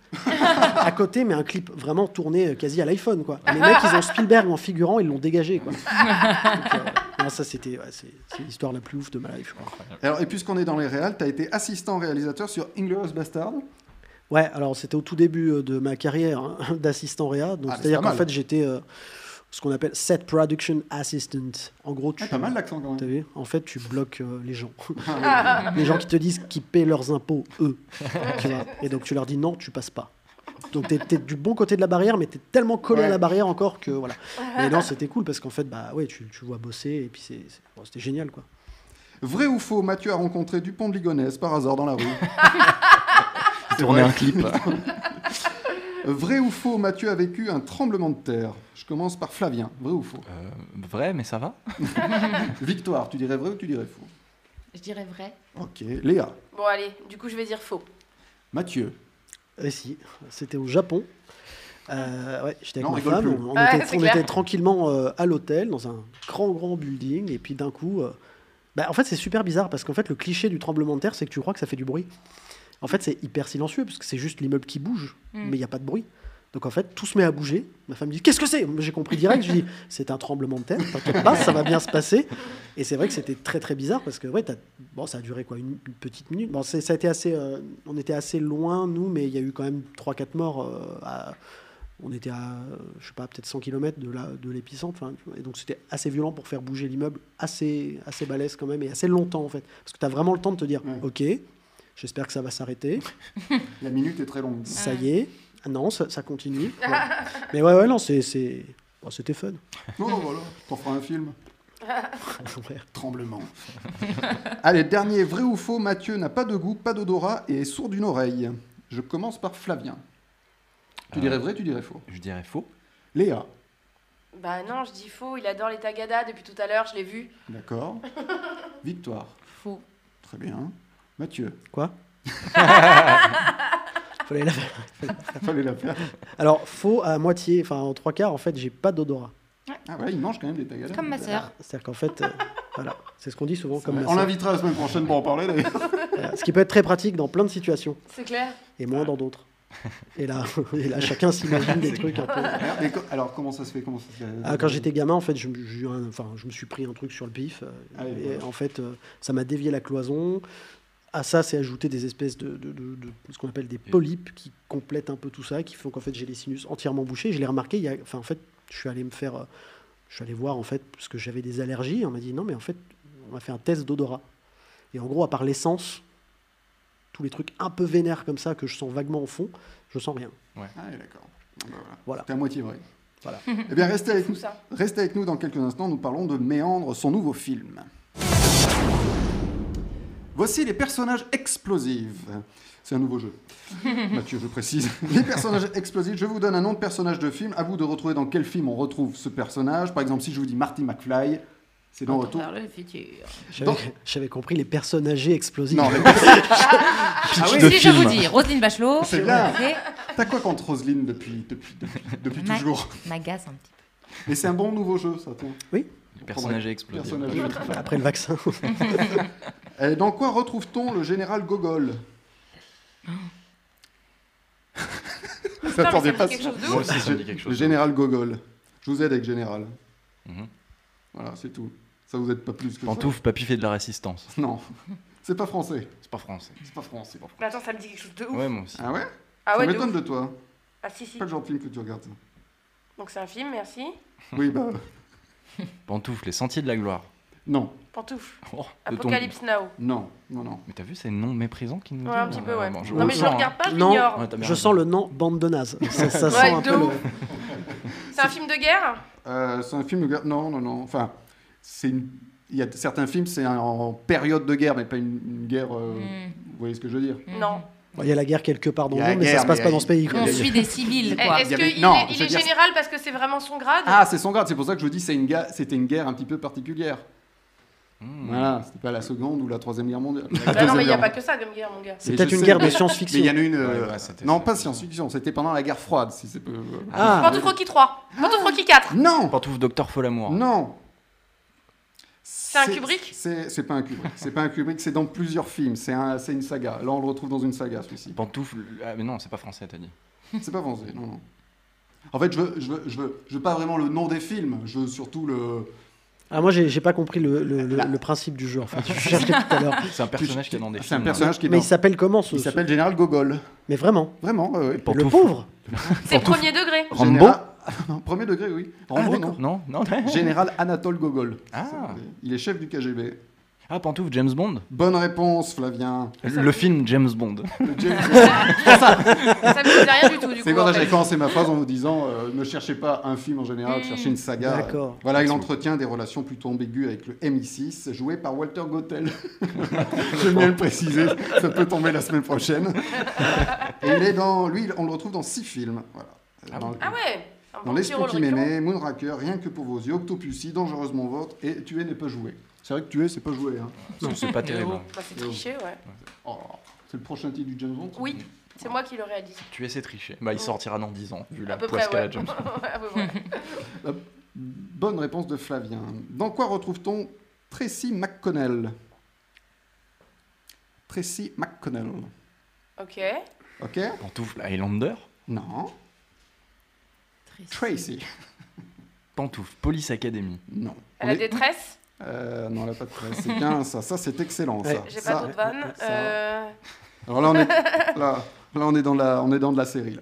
à côté, mais un clip vraiment tourné euh, quasi à l'iPhone, quoi. Les mecs, ils ont Spielberg en figurant, ils l'ont dégagé, quoi. Donc, euh, non, ça, c'était ouais, c'est c'est l'histoire la plus ouf de ma life, je crois.
Alors, et puisqu'on est dans les réals, t'as été assistant réalisateur sur Inglourious Bastard.
Ouais, alors c'était au tout début euh, de ma carrière hein, d'assistant réa. Donc
Ah, mais
c'est-à-dire
c'est pas
qu'en
mal.
fait j'étais euh, ce qu'on appelle set production assistant. En gros, tu
Ah, pas mal l'accent quand
T'as
même.
vu En fait, tu bloques euh, les gens.
Ah,
les gens qui te disent qu'ils paient leurs impôts, eux. Tu vois Et donc tu leur dis non, tu passes pas. Donc t'es t'es du bon côté de la barrière, mais t'es tellement collé à
Ouais.
la barrière encore que voilà. Et non, c'était cool parce qu'en fait, bah ouais, tu, tu vois bosser et puis c'est- c'est- bon, c'était génial quoi.
Vrai ou faux, Mathieu a rencontré Dupont de Ligonnès par hasard dans la rue. C'est
Tourner
vrai.
un clip.
Vrai ou faux, Mathieu a vécu un tremblement de terre. Je commence par Flavien. Vrai ou faux
Euh, vrai, mais ça va
Victoire, tu dirais vrai ou tu dirais faux
Je dirais vrai.
Ok. Léa,
Bon, allez, du coup, je vais dire faux.
Mathieu.
Et si, c'était au Japon. Euh, ouais, j'étais avec
Non,
ma
rigole
femme.
plus.
On, on
Ouais,
était,
c'est
on
clair.
était tranquillement euh, à l'hôtel, dans un grand, grand building. Et puis d'un coup. euh, bah, en fait, c'est super bizarre parce qu'en fait, le cliché du tremblement de terre, c'est que tu crois que ça fait du bruit. En fait, c'est hyper silencieux parce que c'est juste l'immeuble qui bouge,
Mm.
mais il n'y a pas de bruit. Donc en fait, tout se met à bouger. Ma femme dit Qu'est-ce que c'est J'ai compris direct. Je dis C'est un tremblement de terre, t'inquiète pas, ça va bien se passer. Et c'est vrai que c'était très très bizarre parce que ouais, t'as- bon, ça a duré quoi une, une petite minute. Bon, c'est- ça a été assez, euh, on était assez loin nous, mais il y a eu quand même 3-4 morts. euh, à- on était à, euh, je sais pas, peut-être 100 km de la- de l'épicentre. enfin, et donc c'était assez violent pour faire bouger l'immeuble, assez assez balèze quand même et assez longtemps en fait, parce que t'as vraiment le temps de te dire
Ouais.
Ok, J'espère que ça va s'arrêter.
La minute est très longue.
Ça y est. Ah non, ça, ça continue. Ouais. Mais ouais, ouais, non, c'est- c'est. bon, C'était fun.
Non, voilà, t'en feras un film.
Ouais.
Tremblement. Allez, dernier, vrai ou faux, Mathieu n'a pas de goût, pas d'odorat et est sourd d'une oreille. Je commence par Flavien. Tu
Euh.
dirais vrai, tu dirais faux.
Je dirais faux.
Léa,
Bah non, je dis faux, il adore les tagadas depuis tout à l'heure, je l'ai vu.
d'accord. Victoire,
Faux.
très bien. Mathieu,
Quoi Fallait la faire.
fallait la faire.
Alors, faux à moitié, enfin en trois quarts, en fait, j'ai pas d'odorat.
Ah ouais, il mange quand même des tagadas.
Comme ma sœur.
C'est-à-dire qu'en fait, euh, voilà, c'est ce qu'on dit souvent comme
On
la
l'invitera la semaine prochaine pour en parler. d'ailleurs.
Voilà. Ce qui peut être très pratique dans plein de situations
C'est clair
et moins dans d'autres. Et là, et là chacun s'imagine des trucs un peu.
Et co- alors, comment ça se fait, comment ça se fait
Ah, quand j'étais gamin, en fait, je, me- j'ai eu un- enfin, je me suis pris un truc sur le pif. euh,
Ah oui,
et
voilà.
en fait, euh, ça m'a dévié la cloison. À ça, c'est ajouté des espèces de, de- de- de- ce qu'on appelle des polypes qui complètent un peu tout ça, qui font qu'en fait, j'ai les sinus entièrement bouchés. Je l'ai remarqué. Il y a, enfin, en fait, je suis allé me faire. euh, je suis allé voir, en fait, parce que j'avais des allergies. On m'a dit non, mais en fait, on m'a fait un test d'odorat. Et en gros, à part l'essence, tous les trucs un peu vénères comme ça que je sens vaguement au fond, je sens rien.
Ah, oui, d'accord. Bon, bah, voilà.
Voilà.
C'est à moitié vrai.
Voilà.
eh bien, restez avec, nous,
Tout ça.
restez avec nous dans quelques instants. Nous parlons de Méandre, son nouveau film. Voici les personnages explosifs. C'est un nouveau jeu. Mathieu, je précise. Les personnages explosifs, je vous donne un nom de personnage de film. À vous de retrouver dans quel film on retrouve ce personnage. Par exemple, si je vous dis Marty McFly, c'est dans Retour.
Vers le futur.
J'avais
Donc-
j'avais compris les personnes âgées explosives.
Non, les- Ah oui,
De
si je
film.
vous dis, Roselyne Bachelot,
C'est bien.
c'est-
t'as quoi contre Roselyne depuis, depuis, depuis, depuis
Ma-
toujours
m'agace un petit peu.
Mais c'est un bon nouveau jeu, ça. tiens.
Le personnage est explosé.
Personnage explosif.
Après le vaccin.
Euh, dans quoi retrouve-t-on le général Gogol
Putain, mais
J'attendais
Ah. ça me dit
pas
quelque
ça.
chose de
Moi
ouf.
aussi, ça me dit quelque chose.
Le général Gogol. Je vous aide avec général.
Mhm.
Voilà, c'est tout. Ça vous aide pas plus que
Pantouf, papy fait de la résistance.
ça. Non. C'est pas français.
C'est pas français.
C'est pas français.
Mais attends, ça me dit quelque chose de ouf.
Ouais, moi aussi.
Ah ouais
Ah
Ça
ouais, de
m'étonne
ouf.
de toi.
Ah si, si.
C'est pas le genre de film que tu regardes. ça.
Donc c'est un film, merci.
Oui, bah
Pantouf, les sentiers de la gloire.
non.
Pantouf.
Oh, de ton-
Apocalypse Now.
Non, non, non.
Mais t'as vu ces noms méprisants qui nous hein.
Ouais, un
donnent
petit peu, ouais.
Ah, bon,
non, mais je le
sens,
regarde pas, je
Non.
hein.
l'ignore.
Ouais, t'as bien
Je
raison.
sens le nom bande de naze. Ça, ça sent
Ouais,
un
de
peu le-
ouf. C'est un film de guerre
Euh, c'est un film de guerre. Non, non, non. Enfin, c'est une- il y a certains films, c'est un- en période de guerre, mais pas une, une guerre. euh,
Mm.
Vous voyez ce que je veux dire
Non.
Bon, Il y a la guerre quelque part dans
Il y
le
a la
monde, mais ça
guerre,
se passe
mais
pas
il y a-
dans ce pays. quoi.
mm. On suit des civils,
Eh,
Il
quoi.
y
Est-ce
avait-
qu'il
non,
est,
je
il
veux
est
dire-
général parce que c'est vraiment son grade
Ah, c'est son grade. C'est pour ça que je dis c'est une ga- c'était une guerre un petit peu particulière.
Mmh.
Voilà, c'était pas la seconde ou la troisième guerre mondiale. La
Bah non,
deuxième
mais il n'y a
guerre
pas
mondiale.
que ça comme guerre, mon gars.
C'est
Et
peut-être
je
une
sais,
guerre
mais-
de
Mais il y en
science-fiction.
a une.
Ouais,
euh,
bah, c'était-
non,
c'était-
pas science-fiction. C'était pendant la guerre froide, si c'est peu.
Ah,
Pantouf Rocky 3, Pantouf Rocky 4.
Non,
Pantouf, docteur Folamour.
non.
C'est un Kubrick
C'est c'est pas un Kubrick. C'est pas un Kubrick. C'est dans plusieurs films. C'est un, c'est une saga. Là, on le retrouve dans une saga, celui-ci.
Pantouf, ah, mais non, c'est pas français, t'as dit.
C'est pas français, non, non. En fait, je veux, je, veux, je, veux, je veux pas vraiment le nom des films, je veux surtout le.
Ah, moi, j'ai j'ai pas compris le, le- le-
Là.
le principe du jeu. En fait. Je cherchais tout à l'heure.
C'est un personnage qui est dans des
C'est un
films. hein.
personnage qui est
Mais euh,
dans.
il s'appelle comment ce
Il
ce-
s'appelle Général Gogol.
Mais vraiment
Vraiment, ouais, ouais.
Le
Pantouf.
pauvre
C'est premier degré.
Rambo
Général- Non, Premier degré, oui. Rambo,
Ah,
non.
d'accord. non, non, non.
Général Anatole Gogol.
Ah.
Il est chef du KGB.
Ah, Pantouf, James Bond.
Bonne réponse, Flavien.
Le film James Bond.
Le James-
Ça me dit rien du tout, du
C'est
coup.
pour
en
ça que j'avais
fait.
commencé ma phrase en vous disant euh, ne cherchez pas un film en
Mmh.
général, cherchez une saga.
D'accord.
Voilà, il entretient des relations plutôt ambiguës avec le MI6, joué par Walter Gottel. J'aime bien le préciser, ça peut tomber la semaine prochaine. Et il est dans, lui, on le retrouve dans six films. Voilà.
Ah
dans,
bon
Ah ouais un
dans
bon petit
L'Esprit
rôle
qui
récurrent.
m'aimait, Moonraker, Rien que pour vos yeux, Octopussy, Dangereusement Vôtre et Tuer n'est pas joué. C'est vrai que Tuer, c'est pas joué. hein.
Non, c'est pas terrible. hein.
Bah, c'est triché, ouais.
Oh, c'est le prochain titre du James Bond ça
Oui, c'est moi qui le réalise.
Tu essaies de tricher. Bah, il sortira dans 10 ans, vu
À
la
peu près,
poisse qu'elle a
ouais.
James Bond.
Ouais, à peu près.
Bonne réponse de Flavien. Dans quoi retrouve-t-on Tracy McConnell Tracy McConnell.
Ok.
Ok
Pantouf, Highlander.
Non. Tracy.
Pantouf, Police Academy.
Non.
Elle a
Oui.
détresse
Euh, non, elle a pas de Tracy. C'est bien ça. Ça, c'est excellent.
Ouais.
ça.
J'ai
Ça-
pas d'autres vannes.
ça-
Euh,
Alors là, on est, là, là, on est, dans, la, on est dans de la série. là.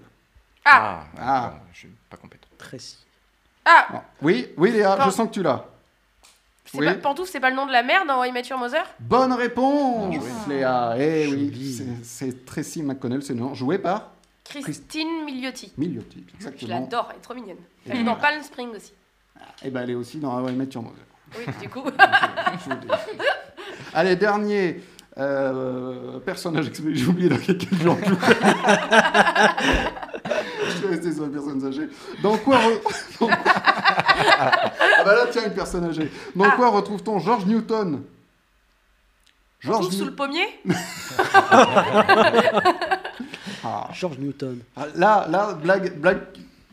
Ah.
Ah.
euh, Je suis pas compétent.
Tracy.
Ah
Non. Oui, oui, Léa,
Pan-
je sens que tu l'as.
C'est
Oui.
pas- Pantouf, c'est pas le nom de la mère dans How I Met Your Mother
Bonne réponse,
Yes.
Léa. Eh
Joli.
oui, c'est- c'est Tracy McConnell, c'est nom joué par
Christine Milioti.
Milioti.
Je
Exactement.
l'adore, elle est trop mignonne. Elle est dans Palm Spring aussi.
Et ben elle est aussi dans How I Met Your Mother.
Oui, du coup.
Je vous le dis. Allez, dernier euh, personnage. ex- J'ai oublié dans quel cas je l'ai entouré. Je suis resté sur les personnes âgées. Dans quoi. re- Dans quoi- ah bah là, tiens, une personne âgée.
Ah.
Dans quoi retrouve-t-on George Newton
Pantouf
New-
sous le pommier
Ah.
George Newton.
Ah, Là, là, blague, blague.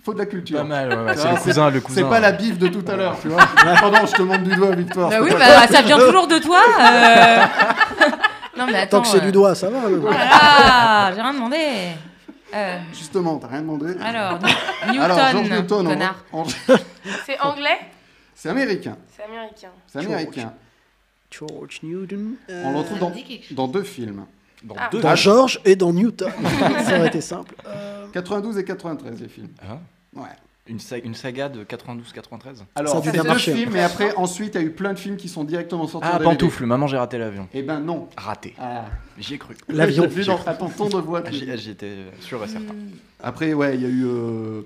Faut de la culture.
Pas mal, ouais, ouais, c'est
Ah,
le cousin, le cousin.
C'est pas la bif de tout à l'heure, tu vois. Pendant, je te montre du doigt, Victoire.
Bah oui, bah, ça vient toujours de toi. euh. Non, mais attends.
Tant que c'est
euh,
du doigt, ça va. euh.
Ah.
Voilà, j'ai rien demandé. Euh,
Justement, t'as rien demandé.
alors, New- Newton,
Alors, George Newton, on-
connard.
on-
C'est anglais
c'est américain.
C'est américain.
C'est américain.
George Newton. euh,
On le retrouve
Ça
dans,
me dit quelque chose.
dans deux films.
Dans
Ah.
deux-
Dans George et dans Newton. ça aurait été simple. Euh,
92 et 93, les films.
Ah.
Ouais.
Une, sa- une saga de 92-93
Ah,
Ça a
Alors,
dû
c'est
bien
deux
marcher. hein.
films, et après, ensuite, il y a eu plein de films qui sont directement sortis.
Ah,
en DVD.
pantoufle, maman, j'ai raté l'avion.
Eh ben non.
Raté.
Ah.
J'y ai cru.
L'avion.
Je l'ai vu dans à ton ton de voix.
Ah,
tu-
j'y- ah, J'étais sûr et certain.
Hmm.
Après, ouais, il y a eu. euh,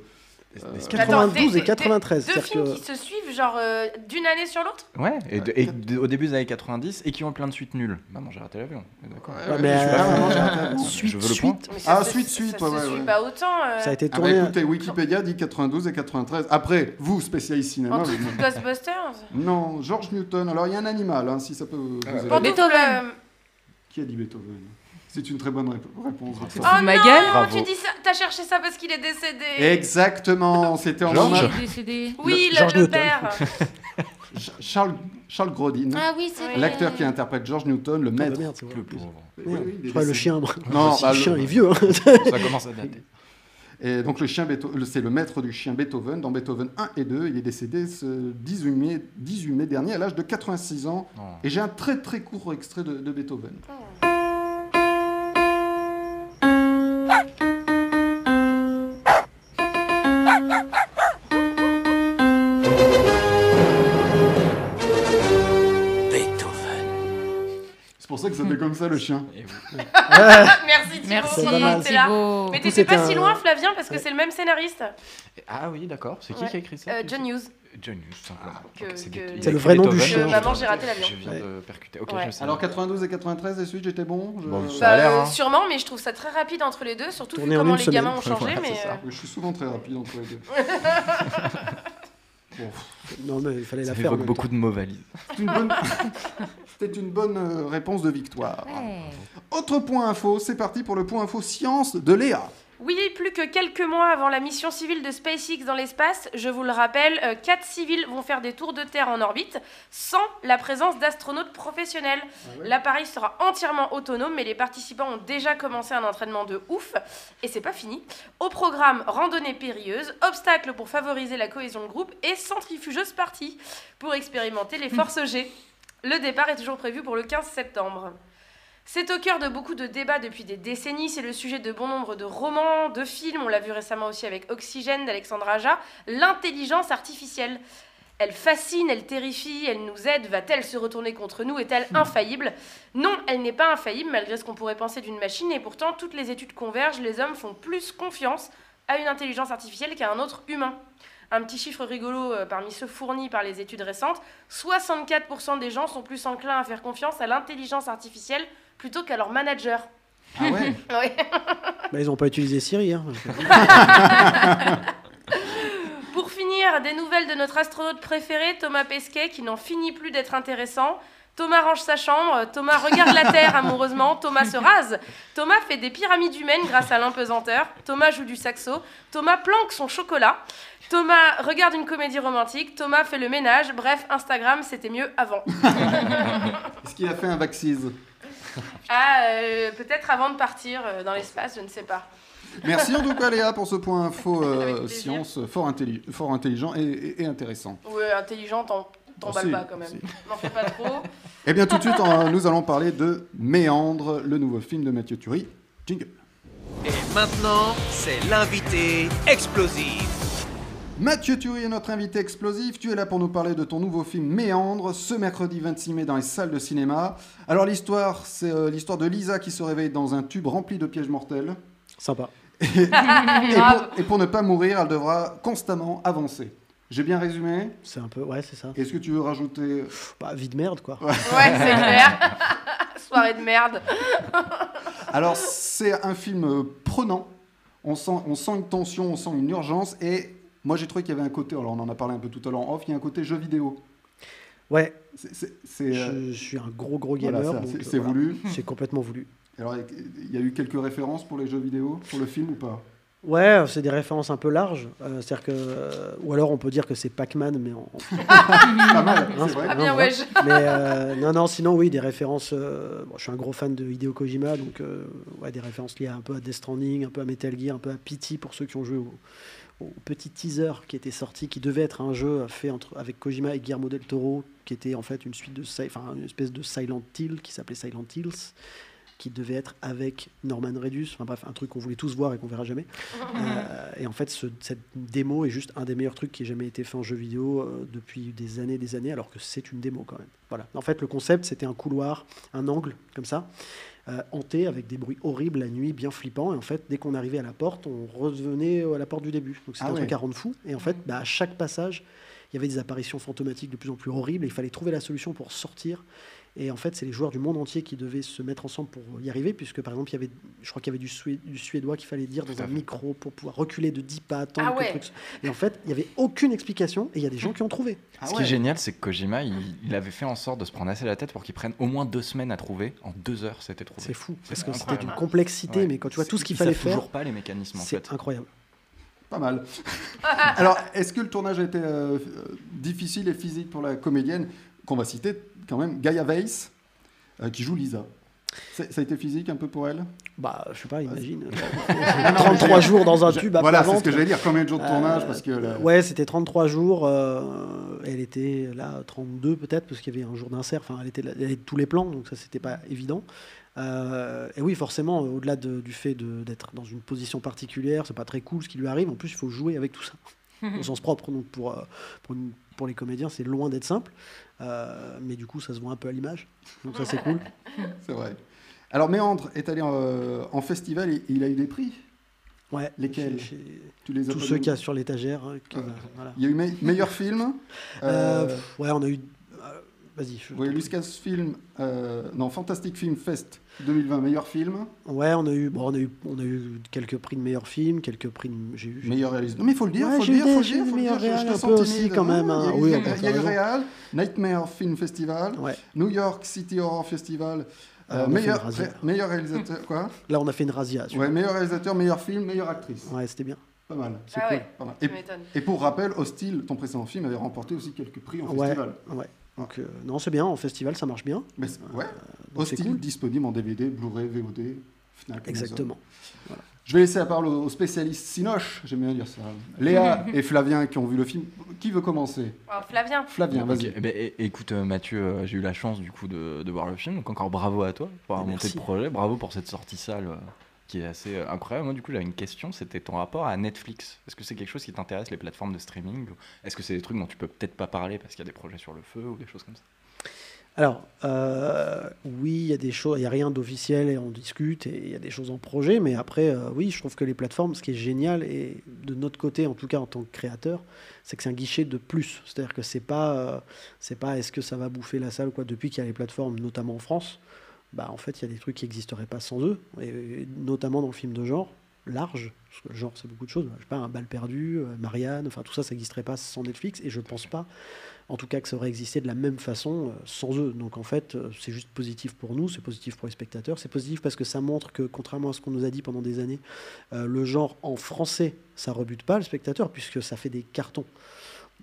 Des- des-
92
Attends,
et 93.
Deux
C'est-à-dire
films
que
qui se suivent, genre, euh, d'une année sur l'autre
Ouais, et, de- et de- au début des années 90, et qui ont plein de suites nulles. Maman, j'ai raté l'avion. Ouais, D'accord.
ouais,
Ouais,
Ah, je
mais,
sais pas,
euh,
vraiment, j'ai raté un-
suite,
Je veux le
suite.
point.
Mais
Ah,
se-
suite, suite,
ça
ouais,
se
ouais,
suit
ouais.
pas autant. euh,
ça a été
Ah bah
tourné. hein.
écoutez, Wikipédia dit 92 et 93. Après, vous, spécialiste cinéma,
Pantouf,
vous-
Ghostbusters
Non, George Newton. Alors, il y a un animal, hein, si ça peut vous
Ah,
vous aider.
Pantouf,
Beethoven.
euh,
Qui a dit Beethoven C'est une très bonne rép- réponse. Victor.
Oh
de ma
non,
gueule.
Bravo.
tu dis ça, t'as cherché ça parce qu'il est décédé.
Exactement, c'était en
George
hommage.
Il est décédé.
Oui,
Eh, George
le, le
Newton.
père.
Ch- Charles, Charles Grodin,
Ah oui, c'est vrai.
l'acteur qui interprète George Newton, le
Putain de
maître.
bah, merde, c'est vrai.
Le pauvre.
Ah, Oui, oui, il est
Je crois le
décédé.
chien. moi.
Non,
Si,
bah,
le
le-
chien est vieux. hein.
Ça commence à dater.
Et donc le chien Beetho- le- c'est le maître du chien Beethoven dans Beethoven 1 et 2. Il est décédé ce 18 mai, 18 mai dernier à l'âge de 86 ans.
Non.
Et j'ai un très très court extrait de, de Beethoven.
Beethoven.
C'est pour ça que ça fait comme ça le chien.
Et vous-
Ah, Merci Thibaut.
Merci,
C'est pas mal.
t'es là.
Thibaut.
Mais
Du coup,
t'étais pas
c'était
si
un-
loin, Flavien, parce que
Ouais.
c'est le même scénariste.
Ah oui, d'accord. C'est qui
Ouais.
qui a écrit ça
Euh, John Hughes.
John Hughes, simplement.
que-
Ok,
que-
des- il a
C'est
le
écrit
vrai nom du
Beethoven.
chien.
Je-
Maman, j'ai raté l'avion.
Je viens
Ouais.
de percuter. Ok,
Ouais.
je sais.
Alors 92 et 93, les suites, j'étais bon. Je, Ah,
Bon, ça
Bah,
a l'air, hein.
euh, Sûrement, mais je trouve ça très rapide entre les deux, surtout vu
Tourné en
comment
une
les
semaine.
gamins ont changé.
Voilà,
mais
c'est ça.
euh,
je suis souvent très rapide entre les deux. Bon,
Non, mais il fallait
Ça
la faire. en
évoque
même
beaucoup de mots valises.
c'est une bonne- C'était une bonne euh, réponse de victoire.
Ouais.
Autre point info, c'est parti pour le point info science de Léa.
Oui, plus que quelques mois avant la mission civile de SpaceX dans l'espace, je vous le rappelle, euh, quatre civils vont faire des tours de Terre en orbite sans la présence d'astronautes professionnels. L'appareil sera entièrement autonome, mais les participants ont déjà commencé un entraînement de ouf, et c'est pas fini. Au programme randonnée périlleuse, obstacles pour favoriser la cohésion de groupe et centrifugeuse partie pour expérimenter les forces G. Le départ est toujours prévu pour le 15 septembre. C'est au cœur de beaucoup de débats depuis des décennies, c'est le sujet de bon nombre de romans, de films, on l'a vu récemment aussi avec Oxygène d'Alexandre Aja, l'intelligence artificielle. Elle fascine, elle terrifie, elle nous aide, va-t-elle se retourner contre nous Est-elle infaillible Non, elle n'est pas infaillible malgré ce qu'on pourrait penser d'une machine et pourtant toutes les études convergent, les hommes font plus confiance à une intelligence artificielle qu'à un autre humain. Un petit chiffre rigolo euh, parmi ceux fournis par les études récentes, 64% des gens sont plus enclins à faire confiance à l'intelligence artificielle plutôt qu'à leur manager.
Ah ouais
temps. Bah, ils n'ont pas utilisé Siri. hein.
Pour finir, des nouvelles de notre astronaute préféré, Thomas Pesquet, qui n'en finit plus d'être intéressant. Thomas range sa chambre, Thomas regarde la Terre amoureusement, Thomas se rase, Thomas fait des pyramides humaines grâce à l'impesanteur, Thomas joue du saxo, Thomas planque son chocolat, Thomas regarde une comédie romantique, Thomas fait le ménage, bref, Instagram, c'était mieux avant.
Est-ce qu'il a fait un vaccise
Ah, euh, peut-être avant de partir euh, dans l'espace, je ne sais pas.
Merci en tout cas Léa pour ce point info euh,
Avec plaisir.
science euh, fort, intelli- fort intelligent et, et- et intéressant.
Ouais, euh, intelligent, t'en-
Oh,
t'emballes
si,
pas quand même.
si.
N'en fais pas trop.
Et Eh bien tout de suite, on- nous allons parler de Méandre, le nouveau film de Mathieu Turi. Jingle.
Et maintenant, c'est l'invité explosif.
Mathieu Turi est notre invité explosif. Tu es là pour nous parler de ton nouveau film Méandre, ce mercredi 26 mai dans les salles de cinéma. Alors, l'histoire, c'est euh, l'histoire de Lisa qui se réveille dans un tube rempli de pièges mortels.
Sympa.
Et
Grave.
pour, et pour ne pas mourir, elle devra constamment avancer. J'ai bien résumé.
C'est un peu. Ouais, c'est ça.
Est-ce que tu veux rajouter
Bah, vie de merde, quoi.
Ouais, c'est clair. Soirée de merde.
Alors, c'est un film euh, prenant. On sent, on sent une tension, on sent une urgence. Et moi, j'ai trouvé qu'il y avait un côté, alors on en a parlé un peu tout à l'heure en off, il y a un côté jeu vidéo.
Ouais,
C'est- C'est c'est, euh,
je, je suis un gros, gros
voilà,
gamer.
ça,
donc,
c'est-
euh,
c'est
voilà.
voulu.
C'est complètement voulu.
Alors, il y a eu quelques références pour les jeux vidéo, pour le film ou pas
Ouais, c'est des références un peu larges. euh, c'est-à-dire que. euh, ou alors on peut dire que c'est Pac-Man, mais en.
Pas mal,
hein,
c'est vrai.
Ah bien,
voilà.
wesh.
Mais euh, non, non, sinon, oui, des références. euh, bon, je suis un gros fan de Hideo Kojima, donc euh, ouais, des références liées un peu à Death Stranding, un peu à Metal Gear, un peu à Pity pour ceux qui ont joué au, au petit teaser qui était sorti, qui devait être un jeu fait entre, avec Kojima et Guillermo del Toro, qui était en fait une suite de. si- Enfin, une espèce de Silent Hill qui s'appelait Silent Hills qui devait être avec Norman Redus, enfin bref, un truc qu'on voulait tous voir et qu'on verra jamais. Euh, et en fait, ce- cette démo est juste un des meilleurs trucs qui ait jamais été fait en jeu vidéo euh, depuis des années et des années, alors que c'est une démo quand même. Voilà. En fait, le concept, c'était un couloir, un angle, comme ça, euh, hanté avec des bruits horribles la nuit, bien flippant. Et en fait, dès qu'on arrivait à la porte, on revenait euh, à la porte du début. Donc c'était
Ah
un
ouais.
truc à rendre fou. Et en fait, bah, à chaque passage, il y avait des apparitions fantomatiques de plus en plus horribles. Et il fallait trouver la solution pour sortir. Et en fait, c'est les joueurs du monde entier qui devaient se mettre ensemble pour y arriver, puisque par exemple, il y avait, je crois qu'il y avait du, Sué- du suédois qu'il fallait dire dans un micro pour pouvoir reculer de 10 pas, attendre
Ah
que le
ouais.
truc se- Et en fait, il n'y avait aucune explication, et il y a des gens qui ont trouvé.
Ah
Ce qui
ouais.
est génial, c'est que Kojima, il, il avait fait en sorte de se prendre assez la tête pour qu'il prenne au moins deux semaines à trouver. En deux heures, c'était trouvé.
C'est fou, parce
C'est
que c'était d'une
incroyable.
complexité,
Ouais.
mais quand tu vois tout ce qu'il
Ils
fallait
savent
faire,
toujours pas les mécanismes en fait.
c'est incroyable.
Pas mal. Alors, est-ce que le tournage a été euh, euh, difficile et physique pour la comédienne qu'on va citer quand même, Gaia Weiss, euh, qui joue Lisa C'est- Ça a été physique un peu pour elle
Bah, je sais pas, imagine.
non, mais
33 jours dans un
Je-
tube à
Voilà,
plat
c'est ce que
ventre.
j'allais dire. Combien de jours de
Bah, Euh,
tournage Parce que là,
Ouais, c'était 33 jours. euh, elle était là 32 peut-être, parce qu'il y avait un jour d'insert. Enfin, elle était, là- elle était de tous les plans, donc ça, c'était pas évident. Euh, et oui, forcément, euh, au-delà de- du fait de- d'être dans une position particulière, c'est pas très cool ce qui lui arrive. En plus, il faut jouer avec tout ça, au sens propre. Donc, pour, euh, pour, une- pour les comédiens, c'est loin d'être simple. Euh, mais du coup, ça se voit un peu à l'image. Donc, ça, c'est cool.
c'est vrai. Alors, Méandre est allé euh, en festival et il a eu des prix.
Ouais.
Lesquels
Chez- chez-
Tu les as
Tous
pas
ceux
donnés
qu'il y a sur l'étagère. hein, qui-
Euh,
voilà.
Il y a eu me- meilleur film.
Euh,
euh,
pff, ouais, on a eu. euh, Vas-y. je-
oui, Lucasfilm. euh, non, Fantastic Film Fest 2020, meilleur film,
Ouais, on a eu, bon, on a eu, on a eu quelques prix de meilleurs films, quelques prix. De, j'ai eu, j'ai-
meilleur réalisme. Non, mais il faut le dire,
Ouais,
faut le
j'ai eu
dire,
des-
faut le
j'ai eu
dire,
des
faut le
meilleurs
dire. je- je
réals
te
un
sens
peu aussi,
timide,
quand
hein,
même, hein.
Il y a eu-
Oui,
il y a-
encore,
il y a eu
t'as
Réal, Nightmare Film Festival,
Ouais.
New York City Horror Festival, euh,
Alors, on a fait
meilleur,
une razzia.
ré- meilleur réalisateur, quoi
Là, on a fait une razzia. sur-
Ouais, meilleur réalisateur, meilleur film, meilleure actrice.
Ouais, c'était bien.
Pas mal.
C'est
Ah
cool.
ouais,
Pas mal.
tu
Et,
m'étonnes.
et pour rappel, Hostile, ton précédent film, avait remporté aussi quelques prix en
Ouais.
festival. Ah.
Ouais. Donc, euh, non, c'est bien. En festival, ça marche bien.
Mais c'est- ouais.
Euh, donc c'est
Hostile,
cool.
disponible en DVD, Blu-ray, VOD, Fnac. Amazon.
Exactement.
Je vais laisser la parole aux spécialistes Sinoche, j'aime bien dire ça. Léa et Flavien qui ont vu le film. Qui veut commencer
Oh, Flavien.
Flavien,
Ok,
vas-y.
eh ben, é- écoute euh, Mathieu, euh, j'ai eu la chance du coup de, de voir le film, donc encore bravo à toi pour avoir monté
Merci.
le projet, bravo pour cette sortie salle euh, qui est assez euh, incroyable. Moi du coup j'avais une question, c'était ton rapport à Netflix. Est-ce que c'est quelque chose qui t'intéresse les plateformes de streaming ou Est-ce que c'est des trucs dont tu peux peut-être pas parler parce qu'il y a des projets sur le feu ou des choses comme ça
Alors, euh, oui, il y a des choses, il n'y a rien d'officiel et on discute et il y a des choses en projet, mais après, euh, oui, je trouve que les plateformes, ce qui est génial, et de notre côté, en tout cas en tant que créateur, c'est que c'est un guichet de plus. C'est-à-dire que c'est pas, euh, c'est pas est-ce que ça va bouffer la salle ou quoi. Depuis qu'il y a les plateformes, notamment en France, bah en fait, il y a des trucs qui n'existeraient pas sans eux, et, et notamment dans le film de genre large, parce que le genre c'est beaucoup de choses, je sais pas, un bal perdu, euh, Marianne, enfin tout ça ça n'existerait pas sans Netflix, et je pense pas en tout cas que ça aurait existé de la même façon euh, sans eux. Donc en fait, euh, c'est juste positif pour nous, c'est positif pour les spectateurs, c'est positif parce que ça montre que, contrairement à ce qu'on nous a dit pendant des années, euh, le genre en français, ça rebute pas le spectateur puisque ça fait des cartons.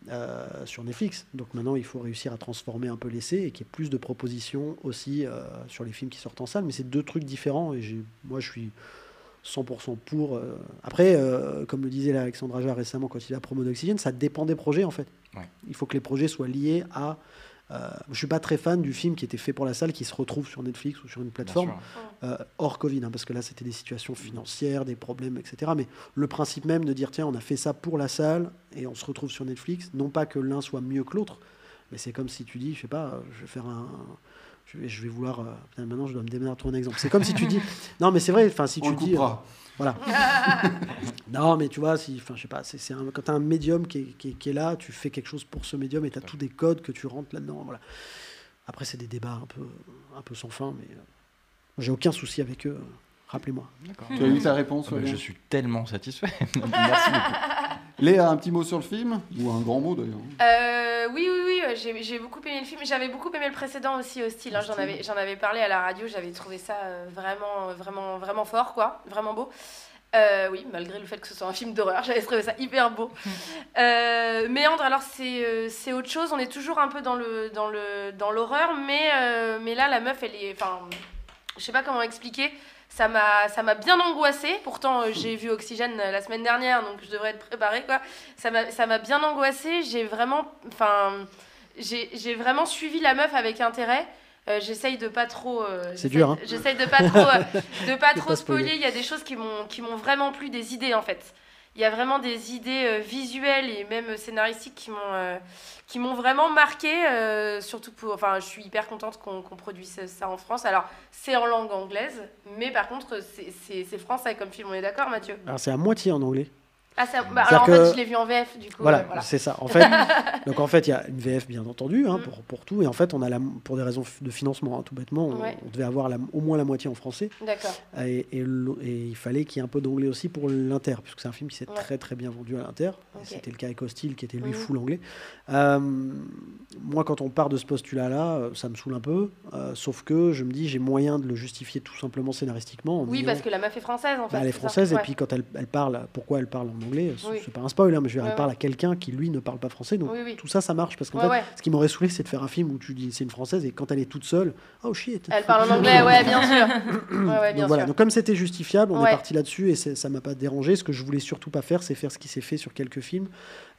euh, sur Netflix. Donc maintenant, il faut réussir à transformer un peu l'essai et qu'il y ait plus de propositions aussi euh, sur les films qui sortent en salle. Mais c'est deux trucs différents et j'ai- moi, je suis 100% pour. euh. Après, euh, comme le disait là Alexandre Aja récemment quand il a promo d'Oxygène, ça dépend des projets en fait. Il faut que les projets soient liés à Euh, je suis pas très fan du film qui était fait pour la salle, qui se retrouve sur Netflix ou sur une plateforme euh, hors Covid, hein, parce que là c'était des situations financières, des problèmes, etc. Mais le principe même de dire tiens, on a fait ça pour la salle et on se retrouve sur Netflix, non pas que l'un soit mieux que l'autre, mais c'est comme si tu dis, je sais pas, euh, je vais faire un. Je vais, je vais vouloir. euh, putain, maintenant, je dois me démerder à trouver un exemple. C'est comme si tu dis. Non, mais c'est vrai. Enfin, si
On
tu
le
dis.
coupera.
Voilà. non, mais tu vois, si, enfin, je sais pas, c'est, c'est un- quand tu as un médium qui est, qui, est- qui est là, tu fais quelque chose pour ce médium et tu as tous des codes que tu rentres là-dedans. Voilà. Après, c'est des débats un peu, un peu sans fin, mais euh, j'ai aucun souci avec eux. euh, Rappelez-moi.
D'accord.
Tu as eu ta réponse,
Ah bah,
Aurélien
je suis tellement satisfait. Merci beaucoup.
Léa, un petit mot sur le film Ou un grand mot d'ailleurs.
Euh, oui, oui, oui, euh, j'ai j'ai beaucoup aimé le film. J'avais beaucoup aimé le précédent aussi, Hostile. Hein, J'en avais, j'en avais parlé à la radio, j'avais trouvé ça euh, vraiment, euh, vraiment, vraiment fort, quoi. Vraiment beau. Euh, oui, malgré le fait que ce soit un film d'horreur, j'avais trouvé ça hyper beau. Euh, Méandre, alors c'est euh, c'est autre chose. On est toujours un peu dans le dans le dans l'horreur, mais euh, mais là la meuf, elle est, enfin, je sais pas comment expliquer. Ça m'a ça m'a bien angoissée. Pourtant euh, j'ai vu Oxygène euh, la semaine dernière, donc je devrais être préparée quoi. Ça m'a ça m'a bien angoissée. J'ai vraiment, enfin, j'ai j'ai vraiment suivi la meuf avec intérêt. Euh, j'essaye de pas trop. euh, j'essaye-
dur, hein.
J'essaye de pas trop euh, de pas
De
trop
pas spoiler.
spoiler. Il y a des choses qui m'ont qui m'ont vraiment plu, des idées en fait il y a vraiment des idées euh, visuelles et même scénaristiques qui m'ont euh, qui m'ont vraiment marqué euh, surtout pour enfin je suis hyper contente qu'on qu'on produise ça- ça en France alors c'est en langue anglaise mais par contre c'est- c'est c'est français comme film on est d'accord Mathieu
Alors, c'est à moitié en anglais.
ah ça- bah,
Ah. C'est-à-dire
alors en
que-
fait je l'ai vu en VF du coup
Voilà,
euh, voilà.
c'est ça. En fait, donc en fait, il y a une VF bien entendu hein,
Mm.
pour, pour tout, et en fait, on a la, pour des raisons f- de financement, hein, tout bêtement, on,
Ouais.
on devait avoir la- au moins la moitié en français,
d'accord
et, et l'o- et il fallait qu'il y ait un peu d'anglais aussi pour l'inter, puisque c'est un film qui s'est
Ouais.
très très bien vendu à l'inter. Et
Ok.
C'était le cas avec Hostile, qui était lui
Mhm.
full anglais. Euh, moi, quand on part de ce postulat-là, euh, ça me saoule un peu, euh, sauf que je me dis, j'ai moyen de le justifier tout simplement scénaristiquement. en
oui
disant-
parce que la meuf est française en fait
bah, elle est
c'est ça
française, et
Ouais.
puis quand elle, elle parle, pourquoi elle parle en anglais, c'est
Oui.
c'est pas un spoil, hein, mais je veux dire,
Ouais,
elle parle à quelqu'un qui lui ne parle pas français, donc
Oui, oui.
tout ça, ça marche. Parce qu'en
Ouais,
fait,
ouais.
ce qui m'aurait saoulé, c'est de faire un film où tu dis c'est une française, et quand elle est toute seule, oh shit.
elle parle en anglais ouais bien sûr ouais, ouais, bien
donc voilà,
sûr
donc comme c'était justifiable, on
Ouais.
est parti là-dessus et c'est- ça m'a pas dérangé. Ce que je voulais surtout pas faire, c'est faire ce qui s'est fait sur quelques films,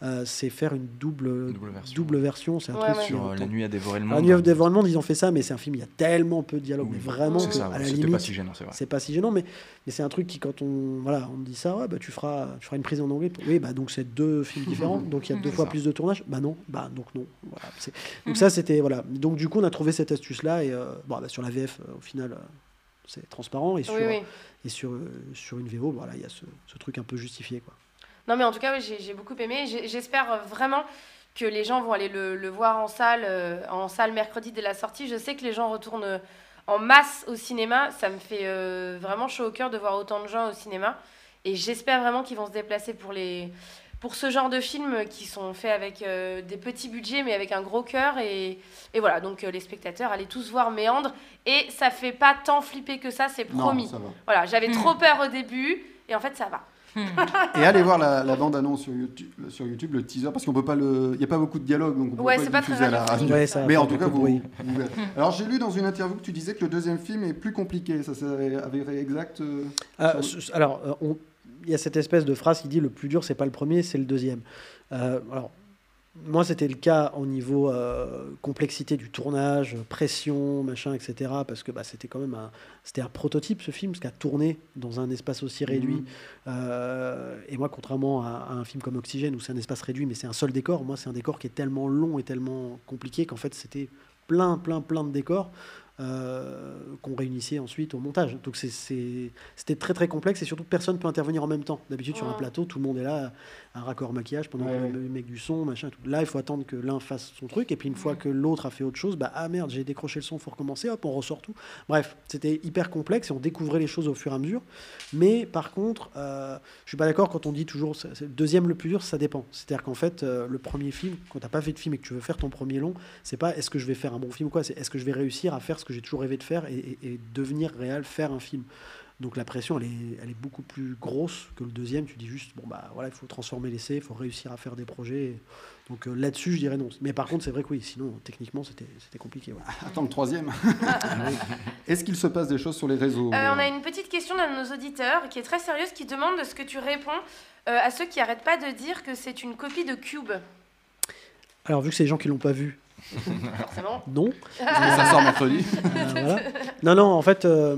euh, c'est faire une double,
Double version.
double version. C'est un
Ouais,
truc
ouais.
qui-
Sur euh, La nuit à dévorer le monde.
La Nuit of Devil Monde, ils ont fait ça, mais c'est un film, il y a tellement peu de dialogue,
Oui,
mais vraiment,
C'est
que,
ça,
à la
c'était
limite,
pas si gênant, c'est vrai.
c'est pas si gênant, mais, mais c'est un truc qui, quand on, voilà, on me dit ça, ouais, bah, tu, feras, tu feras une prise en anglais. Oui, bah, donc c'est deux films différents, donc il y a deux
C'est
fois
ça.
plus de tournage. Bah non, bah donc non. Voilà, c'est- donc ça, c'était. Voilà. Donc du coup, on a trouvé cette astuce-là, et euh, bon, bah, sur la VF, euh, au final, euh, c'est transparent, et sur,
oui oui
Et sur, euh, sur une VO, voilà, il y a ce, ce truc un peu justifié. Quoi.
Non, mais en tout cas, oui, j'ai j'ai beaucoup aimé. J'ai- J'espère vraiment que les gens vont aller le, le voir en salle, euh, en salle mercredi dès la sortie. Je sais que les gens retournent euh, en masse au cinéma. Ça me fait euh, vraiment chaud au cœur de voir autant de gens au cinéma. Et j'espère vraiment qu'ils vont se déplacer pour, les, pour ce genre de films qui sont faits avec euh, des petits budgets, mais avec un gros cœur. Et, et voilà, donc euh, les spectateurs, allez tous voir Méandre. Et ça fait pas tant flipper que ça, c'est
Non, Hmm.
promis.
ça va.
Voilà, j'avais trop peur au début. Et en fait, ça va.
Et allez voir la, la bande-annonce sur YouTube, sur YouTube, le teaser, parce qu'on peut pas le. Il n'y a pas beaucoup de dialogue, donc on peut
Ouais,
pas
c'est
le
pas
diffuser
très
à la radio.
radiophonique.
Ouais, ça
Mais
fait
en tout cas,
beaucoup de
vous,
bruit.
vous verrez. Alors, j'ai lu dans une interview que tu disais que le deuxième film est plus compliqué. Ça s'est avéré exact euh,
Euh, ce- alors, euh, on- il y a cette espèce de phrase qui dit le plus dur, c'est pas le premier, c'est le deuxième. Euh, alors, moi, c'était le cas au niveau euh, complexité du tournage, pression, machin, etc. Parce que bah, c'était quand même un, c'était un prototype, ce film, parce qu'à tourner dans un espace aussi réduit. euh, et moi, contrairement à, à un film comme Oxygène, où c'est un espace réduit, mais c'est un seul décor, moi, c'est un décor qui est tellement long et tellement compliqué qu'en fait, c'était plein, plein, plein de décors. euh, qu'on réunissait ensuite au montage. Donc c'est- c'est- c'était très très complexe et surtout personne peut intervenir en même temps. D'habitude sur un
Ouais.
plateau, tout le monde est là, un raccord maquillage pendant
Ouais,
que
ouais.
le mec du son, machin. Tout. Là, il faut attendre que l'un fasse son truc, et puis une fois que l'autre a fait autre chose, bah ah merde, j'ai décroché le son, faut recommencer, hop, on ressort tout. Bref, c'était hyper complexe et on découvrait les choses au fur et à mesure. Mais par contre, euh, je suis pas d'accord quand on dit toujours c'est- c'est le deuxième le plus dur, ça dépend. C'est-à-dire qu'en fait, euh, le premier film, quand t'as pas fait de film et que tu veux faire ton premier long, c'est pas est-ce que je vais faire un bon film ou quoi, c'est est-ce que je vais réussir à faire ce que j'ai toujours rêvé de faire et, et- et devenir réel, faire un film. Donc la pression, elle est, elle est beaucoup plus grosse que le deuxième. Tu dis juste, bon, bah voilà, il faut transformer l'essai, il faut réussir à faire des projets. Donc euh, là-dessus, je dirais non. Mais par contre, c'est vrai que oui, sinon, techniquement, c'était c'était compliqué. ouais.
Attends, le troisième. Est-ce qu'il se passe des choses sur les réseaux
Ah. Euh, on a
euh,
une petite question d'un de nos auditeurs qui est très sérieuse, qui demande ce que tu réponds euh, à ceux qui arrêtent pas de dire que c'est une copie de Cube.
Alors, vu que c'est les gens qui l'ont pas vu,
forcément.
Non.
Ça sort mercredi.
Euh, voilà. Non, non, en fait. euh,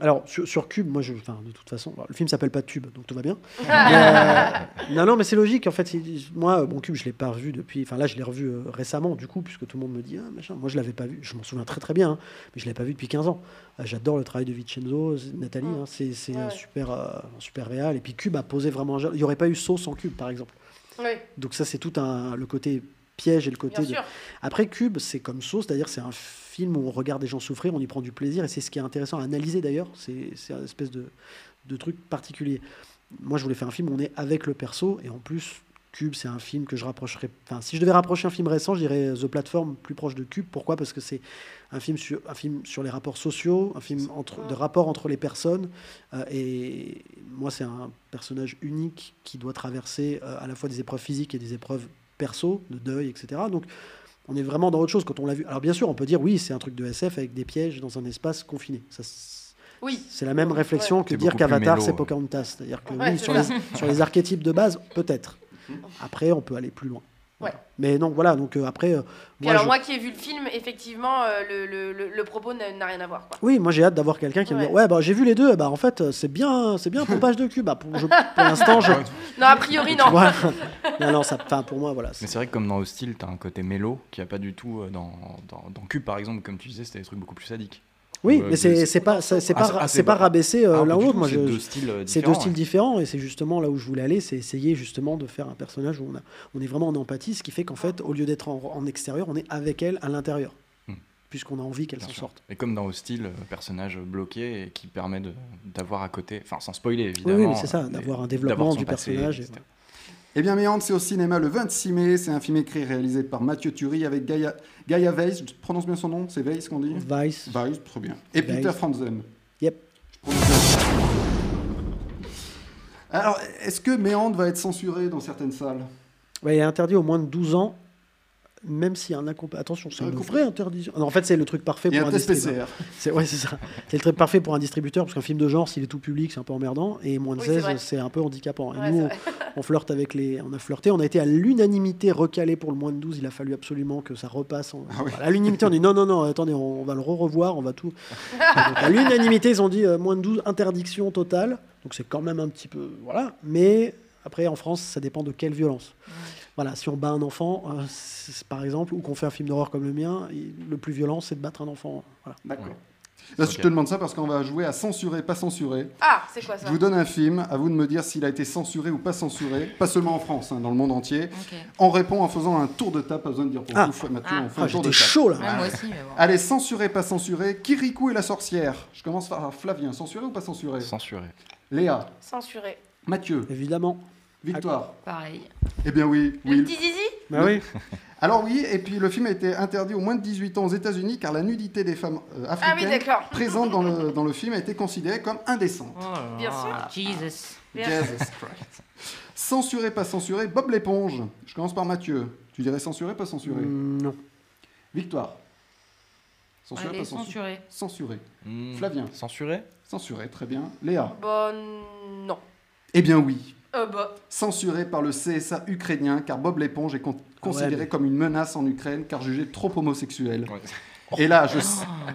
alors, sur, sur Cube, moi, je, enfin, de toute façon, alors, le film s'appelle pas Tube, donc tout va bien. Mais, euh, non, non, mais c'est logique, en fait. c'est- Moi, euh, bon, Cube, je l'ai pas revu depuis. Enfin, là, je l'ai revu euh, récemment, du coup, puisque tout le monde me dit, ah, machin. Moi, je l'avais pas vu. Je m'en souviens très, très bien, hein, mais je l'avais pas vu depuis 15 ans. Euh, J'adore le travail de Vincenzo, c'est- Nathalie.
Mm.
hein, c'est c'est
Ouais,
un
ouais.
super, euh, un super réal. Et puis, Cube a posé vraiment. un genre- Il y aurait pas eu Sauce sans Cube, par exemple.
Oui,
Donc, ça, c'est tout un, le côté piège et le côté
bien
de-
sûr.
après, Cube, c'est comme Saut, c'est-à-dire c'est un film où on regarde des gens souffrir, on y prend du plaisir, et c'est ce qui est intéressant à analyser d'ailleurs, c'est c'est un espèce de, de truc particulier. Moi, je voulais faire un film où on est avec le perso, et en plus, Cube, c'est un film que je rapprocherais... Enfin, si je devais rapprocher un film récent, je dirais The Platform, plus proche de Cube. Pourquoi Parce que c'est un film, sur, un film sur les rapports sociaux, un film entre, de rapport entre les personnes, euh, et moi, c'est un personnage unique qui doit traverser euh, à la fois des épreuves physiques et des épreuves perso, de deuil, etc. Donc, on est vraiment dans autre chose quand on l'a vu. Alors bien sûr, on peut dire oui, c'est un truc de SF avec des pièges dans un espace confiné. Ça, c'est-
Oui.
c'est la même réflexion que
C'est
dire
beaucoup plus
qu'Avatar
mélo,
c'est
ouais.
Pocahontas. C'est-à-dire que
Ouais,
oui,
c'est
sur
ça. Mm.
les, sur les archétypes de base, peut-être. Après, on peut aller plus loin. Voilà.
Ouais.
Mais non, voilà. Donc euh, après, euh,
Puis alors,
je-
moi qui ai vu le film, effectivement, euh, le, le- le- le propos n'a n'a rien à voir. Quoi.
Oui, moi j'ai hâte d'avoir quelqu'un qui me dit
Ouais.
ouais bah j'ai vu les deux, bah en fait euh, c'est bien, c'est bien un pompage de cul. Bah pour, je- pour l'instant je.
Non, a priori, non.
Tu vois non non, ça, enfin, pour moi voilà. c'est-
Mais c'est vrai que comme dans Hostile, t'as un côté mélo qui a pas du tout euh, dans, dans, dans Cube par exemple, comme tu disais, c'était des trucs beaucoup plus sadiques.
Oui,
Ouais,
mais c'est
mais-
c'est pas c'est c'est
Ah, c'est-
pas
ah,
c'est pas
pas-
rabaisser euh,
Ah,
l'un ou
pas du
l'autres.
tout,
Moi
c'est
je-
deux styles euh,
C'est
différents.
deux styles différents et c'est justement là où je voulais aller, c'est essayer justement de faire un personnage où on, a, on est vraiment en empathie, ce qui fait qu'en fait, au lieu d'être en, en extérieur, on est avec elle à l'intérieur,
Hmm.
puisqu'on a envie qu'elle
Bien
s'en
sûr.
sorte.
Et comme dans Hostile, euh, personnage bloqué et qui permet de- d'avoir à côté, enfin sans spoiler
Oui,
évidemment.
oui, mais c'est ça,
euh,
d'avoir
mais
un développement
son
du
passé,
personnage. et
etc.
Eh bien, Méandre, c'est au cinéma le 26 mai. C'est un film écrit et réalisé par Mathieu Thury avec Gaia, Gaia Weiss. Je prononce bien son nom C'est Weiss qu'on dit
voilà. Vice.
Bah.
Weiss, très bien. Et
Weiss.
Peter Franzen.
Yep.
Je prononce bien. Alors, est-ce que Méandre va être censuré dans certaines salles
Ouais, il est interdit au moins de 12 ans, même s'il y a un accompagnement. Attention, c'est
Un
une
accomp-
vraie interdiction. Non, en fait, c'est le truc parfait
Il y a
pour
un
un
test
distributeur.
PCR.
C'est ouais, c'est ça. C'est le truc parfait pour un distributeur parce qu'un film de genre, s'il est tout public, c'est un peu emmerdant et moins de
Oui, c'est
16,
vrai.
c'est un peu handicapant. Et
Ouais,
nous,
c'est
on,
vrai.
on flirte avec les on a flirté, on a été à l'unanimité recalé pour le moins de 12, il a fallu absolument que ça repasse en-
Ah oui.
Voilà, à l'unanimité, on dit non non non, attendez, on, on va le revoir, on va tout. Donc, à l'unanimité, ils ont dit euh, moins de 12 interdiction totale. Donc c'est quand même un petit peu voilà, mais après, en France, ça dépend de quelle violence. Voilà, si on bat un enfant, euh, c'est- par exemple, ou qu'on fait un film d'horreur comme le mien, il- le plus violent, c'est de battre un enfant. Voilà.
D'accord.
Ouais.
Là,
Ok.
Je te demande ça parce qu'on va jouer à censurer, pas censurer.
Ah, c'est quoi ça
Je vous donne un film, à vous de me dire s'il a été censuré ou pas censuré, pas seulement en France, hein, dans le monde entier.
Ok.
On répond en faisant un tour de table, pas besoin de dire pour
Ah.
tout, Mathieu,
Ah.
on fait
Ah,
un tour de
j'étais
table.
chaud là.
Ouais, moi aussi, mais bon.
Allez, censuré, pas censuré, Kirikou et la sorcière. Je commence par Flavien, censuré ou pas censuré
Censuré.
Léa,
Censuré.
Mathieu,
Évidemment.
Victoire.
Pareil.
Eh bien oui,
Le
oui.
petit zizi
Bah oui.
Alors oui, et puis le film a été interdit aux moins de 18 ans aux États-Unis car la nudité des femmes euh,
Ah oui,
africaines
d'accord.
présente dans le, dans le film a été considérée comme indécente.
Bien
Ah.
sûr.
Jesus.
Bien.
Jesus Christ. Censuré, pas censuré, Bob l'éponge. Je commence par Mathieu. Tu dirais censuré, pas censuré
Mm, non.
Victoire. Censuré,
Allez,
pas censuré
censuré.
Censuré.
Hmm.
Flavien.
Censuré
Censuré, très bien. Léa.
Bon, non.
Eh bien oui.
Euh, bah,
Censuré par le CSA ukrainien car Bob l'éponge est con- considéré
Ah mais-
comme une menace en Ukraine car jugé trop homosexuel.
Ouais.
Et là, je,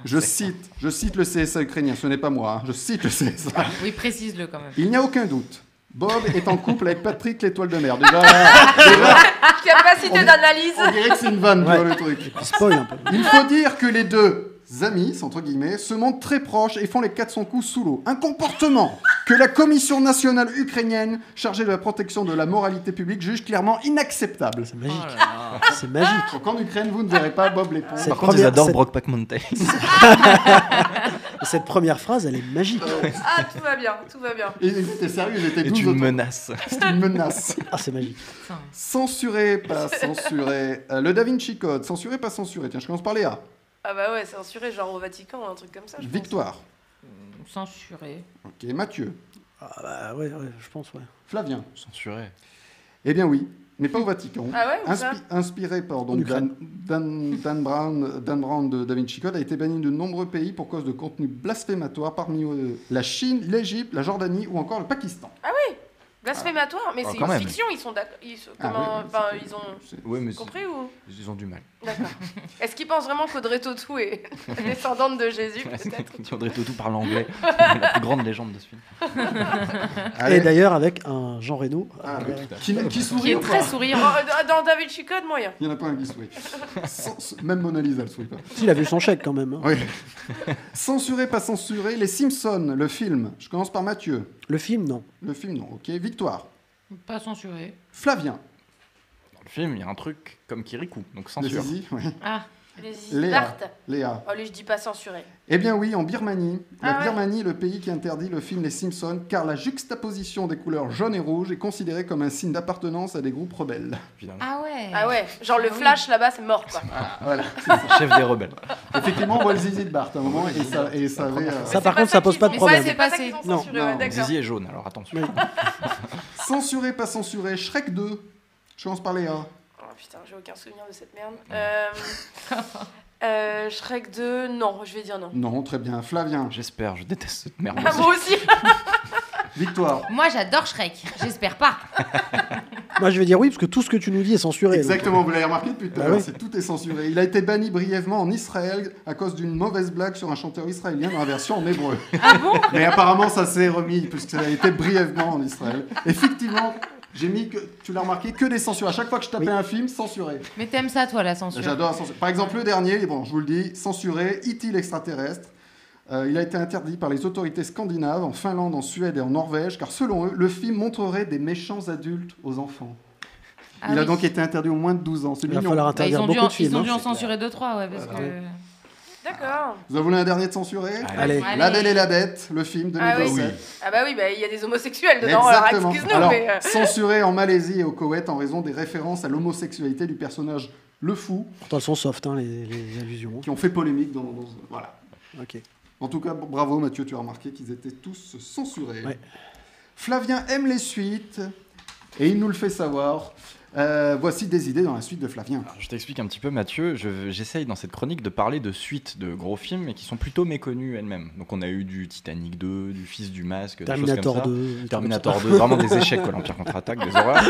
je, cite, je cite le CSA ukrainien, ce n'est pas moi, hein, je cite le CSA.
Oui, précise-le quand même.
Il n'y a aucun doute. Bob est en couple avec Patrick l'étoile de mer. Déjà, déjà,
Ah,
On
capacité
est-
d'analyse.
on dirait que c'est une vanne, tu
Ouais.
vois, le truc.
Il spoil un peu.
Il faut dire que les deux amis, entre guillemets, se montrent très proches et font les 400 coups sous l'eau. Un comportement que la Commission nationale ukrainienne, chargée de la protection de la moralité publique, juge clairement inacceptable.
Bah, C'est magique. C'est magique.
Donc en Ukraine, vous ne verrez pas Bob l'éponge.
Cette
Par contre, ils
première-
adorent
cette-
Brockpack Mountain.
Cette première phrase, elle est magique.
Ah, tout va bien, tout va bien.
Et ils étaient sérieux, ils étaient
Et
12
tu
autour.
menaces.
C'était une menace.
Ah, c'est magique.
Putain.
Censuré, pas censuré. Euh, le Da Vinci Code, censuré, pas censuré. Tiens, je commence par Léa.
Ah bah ouais, censuré, genre au Vatican ou un truc comme ça. je pense.
Victoire.
Oh, Censuré.
Ok, Mathieu.
Ah, bah ouais, ouais, je pense, ouais.
Flavien.
Censuré.
Eh bien oui, mais pas au Vatican.
Ah ouais, ou ça
Inspi- inspiré par
En
donc Dan,
Ukraine.
Dan, Dan Brown, Dan Brown de Da Vinci Code, a été banni de nombreux pays pour cause de contenu blasphématoire, parmi eux la Chine, l'Égypte, la Jordanie ou encore le Pakistan.
Ah oui Blasphématoire, mais
Ah,
c'est
quand
une
même.
fiction, ils sont d'accord. Ils, sont-
Ah,
comment-
oui,
enfin,
c'est-
ils ont
c'est-
Oui, mais
compris ou
ils ils ont du mal.
D'accord. Est-ce qu'ils pensent vraiment qu'Audrey Tautou est descendante de Jésus peut-être
Audrey Tautou parle anglais. la plus grande légende de ce film.
Allez.
Et d'ailleurs, avec un Jean Reno.
Ah,
euh,
oui. qui, qui sourit
Qui
ou
est
pas
très souriant.
Dans- Dans David Chicode, moyen.
Il n'y en a pas un qui sourit. Sans- Même Mona Lisa ne sourit pas.
Il a vu son chèque quand même. hein.
Oui. Censuré, pas censuré, Les Simpsons, le film. Je commence par Mathieu.
Le film, non.
Le film, non, ok. Victoire.
Pas censuré.
Flavien.
Dans le film, il y a un truc comme Kirikou, donc
Les
censure.
Zizi, oui.
Ah,
Les
Léa.
Zidart.
Léa.
Oh, lui, je dis pas censuré.
Eh bien oui, en Birmanie. La
Ah ouais.
Birmanie est le pays qui interdit le film Les Simpsons, car la juxtaposition des couleurs jaune et rouge est considérée comme un signe d'appartenance à des groupes rebelles.
évidemment.
ah ouais.
Ah ouais, genre le
Ah oui.
flash là-bas, c'est mort quoi.
Voilà.
Ah.
Chef des rebelles.
Effectivement, on voit le zizi de Bart à un moment et ça, et ça avait, euh,
Ça, par contre, ça pose pas de
Mais
Ouais,
problème.
c'est pas ça qu'ils ont
Non,
censuré,
non.
ouais, d'accord.
Zizi est jaune, alors attention.
Oui.
Censuré, pas censuré, Shrek 2. Je commence par Léa.
Oh putain, j'ai aucun souvenir de cette merde. Euh, euh, Shrek 2, non, je vais dire non.
Non, très bien. Flavien,
J'espère, je déteste cette merde.
Ah, moi aussi
victoire.
Moi j'adore Shrek, j'espère pas.
Moi, je vais dire oui, parce que tout ce que tu nous dis est censuré. donc.
Exactement, vous l'avez remarqué depuis tout à
Bah
l'heure,
oui.
c'est- tout est censuré. Il a été banni brièvement en Israël à cause d'une mauvaise blague sur un chanteur israélien dans la version en hébreu.
Ah bon
Mais apparemment, ça s'est remis, puisque ça a été brièvement en Israël. Effectivement, j'ai mis, que, tu l'as remarqué, que des censures. À chaque fois que je tapais
Oui.
un film, censuré.
Mais t'aimes ça toi la censure
J'adore la censure. Par exemple, le dernier, bon, je vous le dis, censuré, E E.T. l'extraterrestre. Euh, il a été interdit par les autorités scandinaves en Finlande, en Suède et en Norvège, car selon eux, le film montrerait des méchants adultes aux enfants.
Ah
il a
oui.
donc été interdit aux moins de 12 ans. C'est
Il va
mignon.
falloir
Bah, ils
interdire
ont dû
beaucoup
en,
de films.
ils ont
hein. Ah
dû en censurer deux trois ouais parce que.
D'accord.
Vous en voulez un dernier de censuré
Allez.
Allez.
La Belle et la Bête, le film
Ah oui.
2017.
Euh,
Ah bah oui, bah, il y a des homosexuels dedans, alors
Exactement.
excuse-nous,
Alors,
mais. euh,
censuré en Malaisie et au Koweït en raison des références à l'homosexualité du personnage Le Fou,
Pourtant, elles sont soft, hein, les, les allusions.
qui ont fait polémique dans. dans- voilà.
Ok.
En tout cas, bravo Mathieu, tu as remarqué qu'ils étaient tous censurés.
Ouais.
Flavien aime les suites et il nous le fait savoir. Euh, voici des idées dans la suite de Flavien.
Alors, je t'explique un petit peu, Mathieu. Je- J'essaye dans cette chronique de parler de suites de gros films, mais qui sont plutôt méconnus elles-mêmes. Donc, on a eu du Titanic 2, du Fils du Masque, des choses comme
Terminator
ça.
2. des
Terminator
trucs
2, vraiment des échecs, quoi, l'Empire contre-attaque, des horreurs.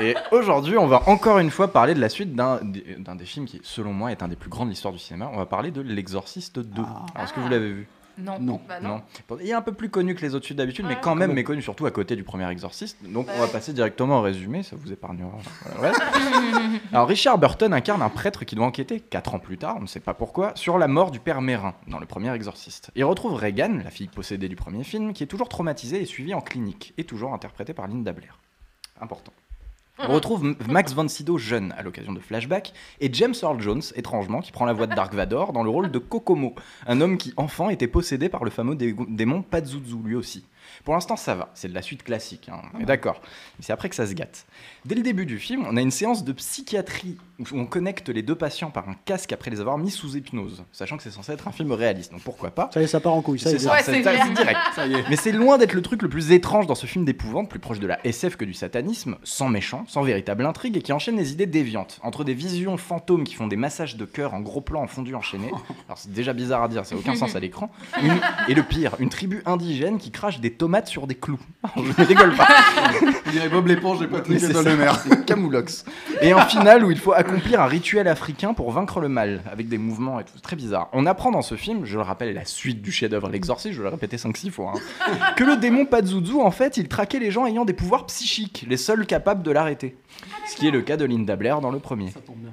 Et aujourd'hui, on va encore une fois parler de la suite d'un d'un des films qui, selon moi, est un des plus grands de l'histoire du cinéma. On va parler de L'Exorciste 2.
Ah.
Alors, est-ce que vous l'avez vu
Non.
Non.
Bah non. Ah.
Non. Bon, Il est un peu plus connu que les autres suites d'habitude, mais
Ouais.
quand même méconnu, surtout à côté du premier exorciste. Donc on va
Ouais.
passer directement au résumé, ça vous épargnera. Voilà, ouais. Alors Richard Burton incarne un prêtre qui doit enquêter, 4 ans plus tard, on ne sait pas pourquoi, sur la mort du père Mérin dans le premier exorciste. Il retrouve Regan, la fille possédée du premier film, qui est toujours traumatisée et suivie en clinique, et toujours interprétée par Linda Blair. Important.
Ah.
On retrouve M- Max von Sydow jeune à l'occasion de flashbacks et James Earl Jones, étrangement, qui prend la voix de Dark Vador dans le rôle de Kokomo, un homme qui, enfant, était possédé par le fameux dé- démon Pazuzu lui aussi. Pour l'instant, ça va, c'est de la suite classique, hein, on est d'accord. Mais c'est après que ça se gâte. Dès le début du film, on a une séance de psychiatrie où on connecte les deux patients par un casque après les avoir mis sous hypnose, sachant que c'est censé être un film réaliste, donc pourquoi pas.
Ça y est, ça part en couille. Ça y est.
C'est ça,
Ouais,
c'est-
c'est
ça,
clair.
c'est direct. Mais c'est loin d'être le truc le plus étrange dans ce film d'épouvante, plus proche de la SF que du satanisme, sans méchant, sans véritable intrigue et qui enchaîne les idées déviantes. Entre des visions fantômes qui font des massages de cœur en gros plan en fondu enchaîné, alors c'est déjà bizarre à dire, ça n'a aucun sens à l'écran, Une- et le pire, une tribu indigène qui crache des tomates sur des clous. Je ne rigole pas.
On dirait Bob l'éponge et Patrick
Mais c'est ça,
le maire.
c'est Camoulox. Et un final où il faut accomplir un rituel africain pour vaincre le mal, avec des mouvements et tout. C'est Très bizarre. On apprend dans ce film, je le rappelle, la suite du chef-d'œuvre L'Exorciste, je vais le répéter 5-6 fois, hein, que le démon Pazuzu, en fait, il traquait les gens ayant des pouvoirs psychiques, les seuls capables de l'arrêter. Ce qui est le cas de Linda Blair dans le premier.
Ça tombe bien.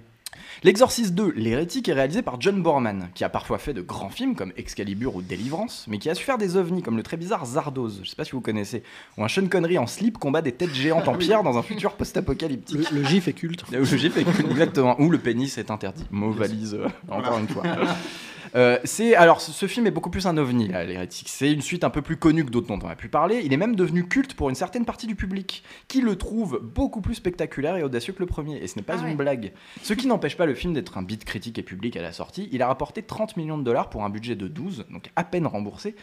L'Exorciste 2, l'hérétique, est réalisé par John Borman, qui a parfois fait de grands films comme Excalibur ou Délivrance, mais qui a su faire des ovnis comme le très bizarre Zardoz, je sais pas si vous connaissez, ou un Sean Connery en slip combat des têtes géantes
Ah
en pierre dans un futur post-apocalyptique.
Le, le gif est culte.
Là où le GIF est- exactement, où le pénis est interdit. Mot valise, euh, encore une fois. Euh, c'est alors ce, ce film est beaucoup plus un ovni là, l'hérétique. C'est une suite un peu plus connue que d'autres dont on a pu parler. Il est même devenu culte pour une certaine partie du public qui le trouve beaucoup plus spectaculaire et audacieux que le premier. Et ce n'est pas
Ah
une
ouais.
blague. Ce qui n'empêche pas le film d'être un beat critique et public à la sortie. Il a rapporté 30 millions de dollars pour un budget de 12, donc à peine remboursé.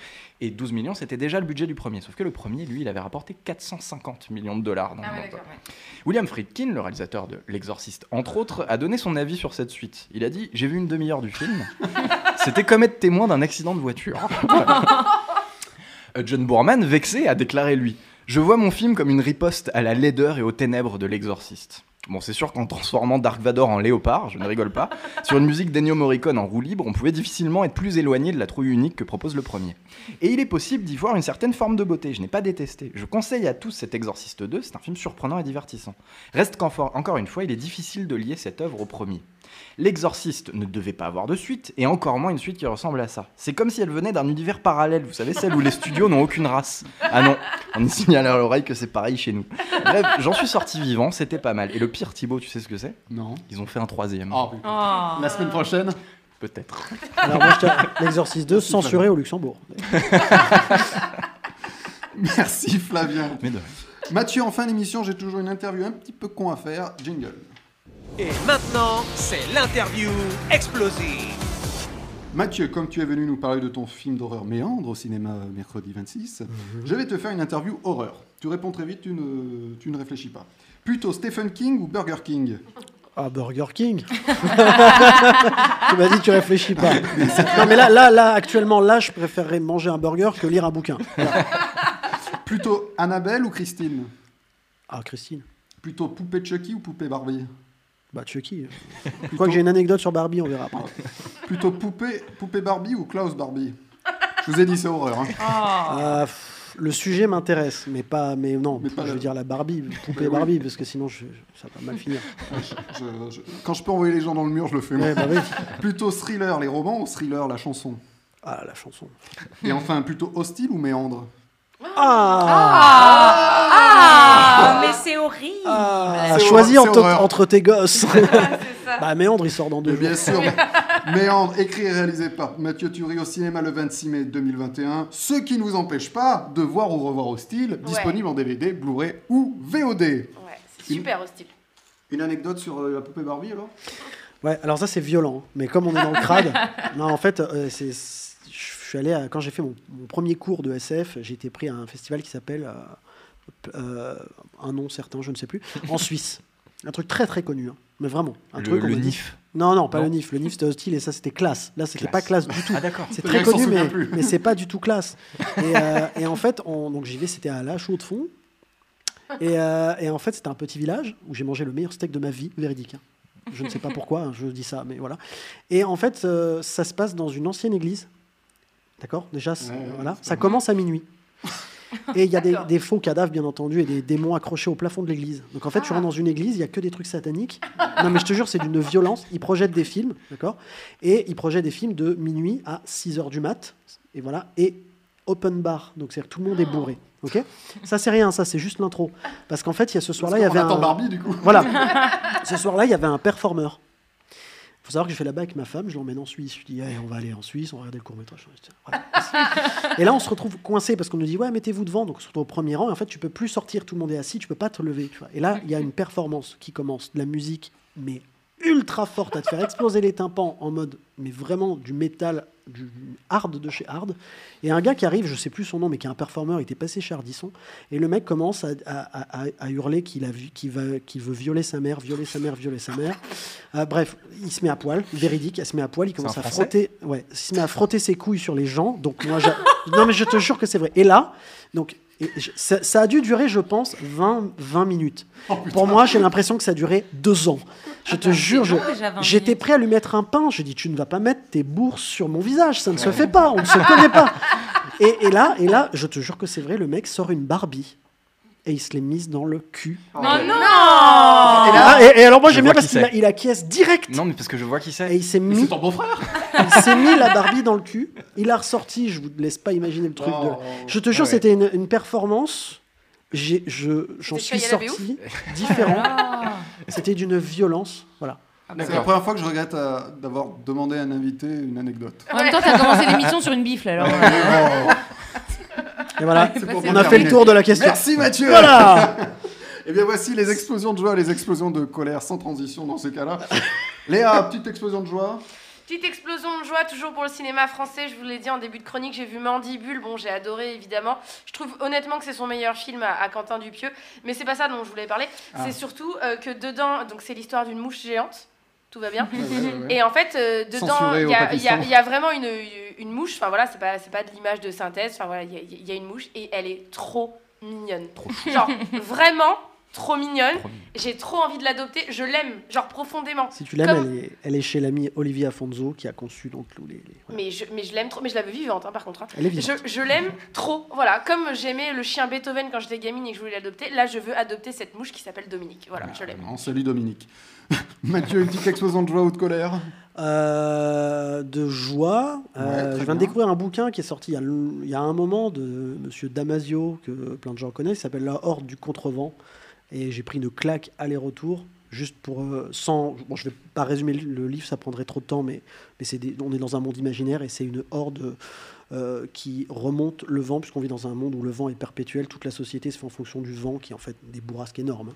Et 12 millions, c'était déjà le budget du premier. Sauf que le premier, lui, il avait rapporté 450 millions de dollars. Dans
Ah
le
ouais,
monde.
d'accord. ouais.
William Friedkin, le réalisateur de L'Exorciste, entre autres, a donné son avis sur cette suite. Il a dit J'ai vu une demi-heure du film. C'était comme être témoin d'un accident de voiture. Euh, John Boorman, vexé, a déclaré lui. Je vois mon film comme une riposte à la laideur et aux ténèbres de l'exorciste. Bon, c'est sûr qu'en transformant Dark Vador en léopard, je ne rigole pas, sur une musique d'Ennio Morricone en roue libre, on pouvait difficilement être plus éloigné de la trouille unique que propose le premier. Et il est possible d'y voir une certaine forme de beauté, je n'ai pas détesté. Je conseille à tous cet Exorciste 2, c'est un film surprenant et divertissant. Reste qu'encore une fois, il est difficile de lier cette œuvre au premier. L'exorciste ne devait pas avoir de suite, et encore moins une suite qui ressemble à ça. C'est comme si elle venait d'un univers parallèle, vous savez, celle où les studios n'ont aucune race. Ah non, on y signale à l'oreille que c'est pareil chez nous. Bref, j'en suis sorti vivant, c'était pas mal. Et le pire, Thibaut, tu sais ce que c'est
Non.
Ils ont fait un troisième.
Oh, putain.
Oh.
La semaine prochaine
Peut-être.
Alors moi, je tiens- l'exorciste 2 censuré au Luxembourg.
Merci Flavien.
Mais de-
Mathieu, en fin d'émission, j'ai toujours une interview un petit peu con à faire. Jingle.
Et maintenant, c'est l'interview explosive.
Mathieu, comme tu es venu nous parler de ton film d'horreur Méandre au cinéma euh, mercredi 26,
Mhm.
je vais te faire une interview horreur. Tu réponds très vite, tu ne, tu ne réfléchis pas. Plutôt Stephen King ou Burger King
Ah, Burger King Tu m'as dit que tu réfléchis pas. Non, mais là, là, là, actuellement, là, je préférerais manger un burger que lire un bouquin.
Plutôt Annabelle ou Christine
Ah, Christine.
Plutôt Poupée Chucky ou Poupée Barbie
Bah, Chucky. Je crois que j'ai une anecdote sur Barbie, on verra après.
Plutôt Poupée, Poupée Barbie ou Klaus Barbie Je vous ai dit, c'est horreur. hein.
Ah, pff, le sujet m'intéresse, mais pas. Mais non,
Mais pas
je
la-
veux dire la Barbie,
Mais
poupée
oui.
Barbie, parce que sinon, je- ça va mal finir.
Je- je- quand je peux envoyer les gens dans le mur, je le fais. moi.
Ouais, bah oui.
Plutôt Thriller, les romans ou Thriller, la chanson
Ah, la chanson.
Et enfin, plutôt Hostile ou Méandre
Ah,
Ah, mais c'est horrible.
Ah,
C'est
Choisis
horreur, c'est
entre,
horreur.
entre tes gosses.
C'est ça.
bah, Méandre, il sort dans deux
Mais
jours.
bien sûr, Méandre, écrit et réalisé par Mathieu Thury au cinéma le 26 mai 2021. Ce qui ne vous empêche pas de voir ou revoir Hostile, disponible en DVD, Blu-ray ou VOD.
Ouais, c'est super hostile.
Une anecdote sur euh, la poupée Barbie alors
Ouais, alors ça c'est violent, hein. mais comme on est dans le crade, non, en fait, euh, c'est, c'est- je suis allé à- quand j'ai fait mon, mon premier cours de SF, j'ai été pris à un festival qui s'appelle euh, p- euh, un nom certain, je ne sais plus, en Suisse, un truc très très connu, hein, mais vraiment, un
le,
truc. on
le
m'a dit-
NIF.
Non, non, pas
Non.
le NIF. Le NIF c'était hostile et ça c'était classe. Là, c'était
Classe.
pas classe du tout.
Ah d'accord.
C'est
Le
très
mec s'en
connu,
souvient
mais,
plus.
mais c'est pas du tout classe. Et, euh, et en fait, on- donc j'y vais, c'était à La Chaux de Fond. Et, euh, et en fait, c'était un petit village où j'ai mangé le meilleur steak de ma vie, véridique. hein. Je ne sais pas pourquoi, hein, je dis ça, mais voilà. Et en fait, euh, ça se passe dans une ancienne église. D'accord Déjà, c'est-
Ouais, ouais,
voilà.
c'est
ça
pas
commence à minuit. Et il y a des,
D'accord.
des faux cadavres, bien entendu, et des démons accrochés au plafond de l'église. Donc en fait, tu rentres dans une église, il n'y a que des trucs sataniques. Non, mais je te jure, c'est d'une violence. Ils projettent des films, d'accord Et ils projettent des films de minuit à 6 h du mat. Et voilà. Et open bar. Donc c'est-à-dire que tout le monde est bourré. Ok Ça, c'est rien, ça, c'est juste l'intro. Parce qu'en fait, il y a ce soir-là, il y
Parce qu'on
avait
attend
un.
Barbie du coup.
Voilà. Ce soir-là, il y avait un performeur. Il faut savoir que je fais là-bas avec ma femme, je l'emmène en Suisse. Je dis, Eh, on va aller en Suisse, on va regarder le court-métrage. Voilà. Et là, on se retrouve coincé parce qu'on nous dit, ouais, mettez-vous devant. Donc, on se retrouve au premier rang. Et en fait, tu peux plus sortir, tout le monde est assis, tu peux pas te lever. tu vois. Et là, il y a une performance qui commence, de la musique, mais ultra forte, à te faire exploser les tympans en mode, mais vraiment du métal, du du hard de chez hard. Et un gars qui arrive, je sais plus son nom, mais qui est un performeur, il était passé chez Ardisson. Et le mec commence à, à- à- à hurler qu'il a vu- qu'il va- qu'il veut violer sa mère, violer sa mère, violer sa mère. Euh, bref, il se met à poil, véridique, il se met à poil, il commence
un
à
Français
frotter, ouais, il se met à frotter ses couilles sur les gens. Donc moi, j'a- non mais je te jure que c'est vrai. Et là, donc et je- ça, ça a dû durer, je pense, 20, 20 minutes. Pour moi, j'ai l'impression que ça a duré deux ans. Je te jure, je-
long, déjà, 20
j'étais
minutes.
prêt à lui mettre un pain. J'ai dit, tu ne vas pas mettre tes bourses sur mon visage, ça ne se fait pas, on ne se connaît pas. Et, et là, et là, je te jure que c'est vrai, le mec sort une Barbie et il se l'est mise dans le cul.
Non, non.
Ah.
Et, là- et- et alors moi
Je
j'aime bien
vois
parce
qui
qu'il a-
c'est.
il acquiesce direct.
Non mais parce que je vois qui
Et
c'est.
il s'est
Mais
mis,
C'est ton beau-frère
il s'est mis la Barbie dans le cul. Il a ressorti. Je vous laisse pas imaginer le truc. de-
Oh.
Je te jure,
Ah ouais.
c'était une, une performance. J'ai, je, j'en
C'était
suis
Shia LaBeouf
sorti différent.
Ah.
C'était d'une violence. Voilà.
C'est la première fois que je regrette euh, d'avoir demandé à un invité une anecdote.
En même temps, t'as commencé l'émission sur une bifle alors.
Et voilà.
Ah, C'est pour
On a fait le
terminer.
tour de la question.
Merci Mathieu
Voilà.
Et bien voici les explosions de joie, les explosions de colère sans transition dans ces cas-là. Léa, petite explosion de joie.
Petite explosion de joie, toujours pour le cinéma français. Je vous l'ai dit en début de chronique, j'ai vu Mandibule. Bon, j'ai adoré, évidemment. Je trouve honnêtement que c'est son meilleur film à, à Quentin Dupieux. Mais c'est pas ça dont je voulais parler.
Ah.
C'est surtout euh, que dedans, donc c'est l'histoire d'une mouche géante. Tout va bien. Et en fait, euh, dedans,
Censuré
il
au
y, a- il y a-
Pakistan.
il y a vraiment une, une mouche. Enfin voilà, c'est pas, c'est pas de l'image de synthèse. Enfin voilà, il y, a- il y a une mouche et elle est trop mignonne.
Trop
Genre, vraiment trop mignonne.
Trop mignon.
J'ai trop envie de l'adopter. Je l'aime, genre profondément.
Si tu l'aimes,
Comme-
elle, est- elle est chez l'ami Olivia Fonzo qui a conçu donc tous les. les- voilà.
Mais je, mais je l'aime trop. Mais je la veux vivante, hein, par contre. hein.
Elle est
Je,
vivante.
je l'aime trop. Voilà, comme j'aimais le chien Beethoven quand j'étais gamine et que je voulais l'adopter, là je veux adopter cette mouche qui s'appelle Dominique. Voilà,
Ah,
je l'aime.
Vraiment, Hein, salut Dominique. Mathieu, une petite explosion de joie ou de colère
Euh, de joie.
très
euh, je viens de
bien.
découvrir un bouquin qui est sorti il y, a, l- il y a un moment de Monsieur Damasio, que plein de gens connaissent, qui s'appelle La Horde du Contrevent. Et j'ai pris une claque aller-retour, juste pour. euh, sans, bon, je vais pas résumer le- le livre, ça prendrait trop de temps, mais, mais c'est des- on est dans un monde imaginaire et c'est une horde euh, qui remonte le vent, puisqu'on vit dans un monde où le vent est perpétuel, toute la société se fait en fonction du vent, qui est en fait des bourrasques énormes.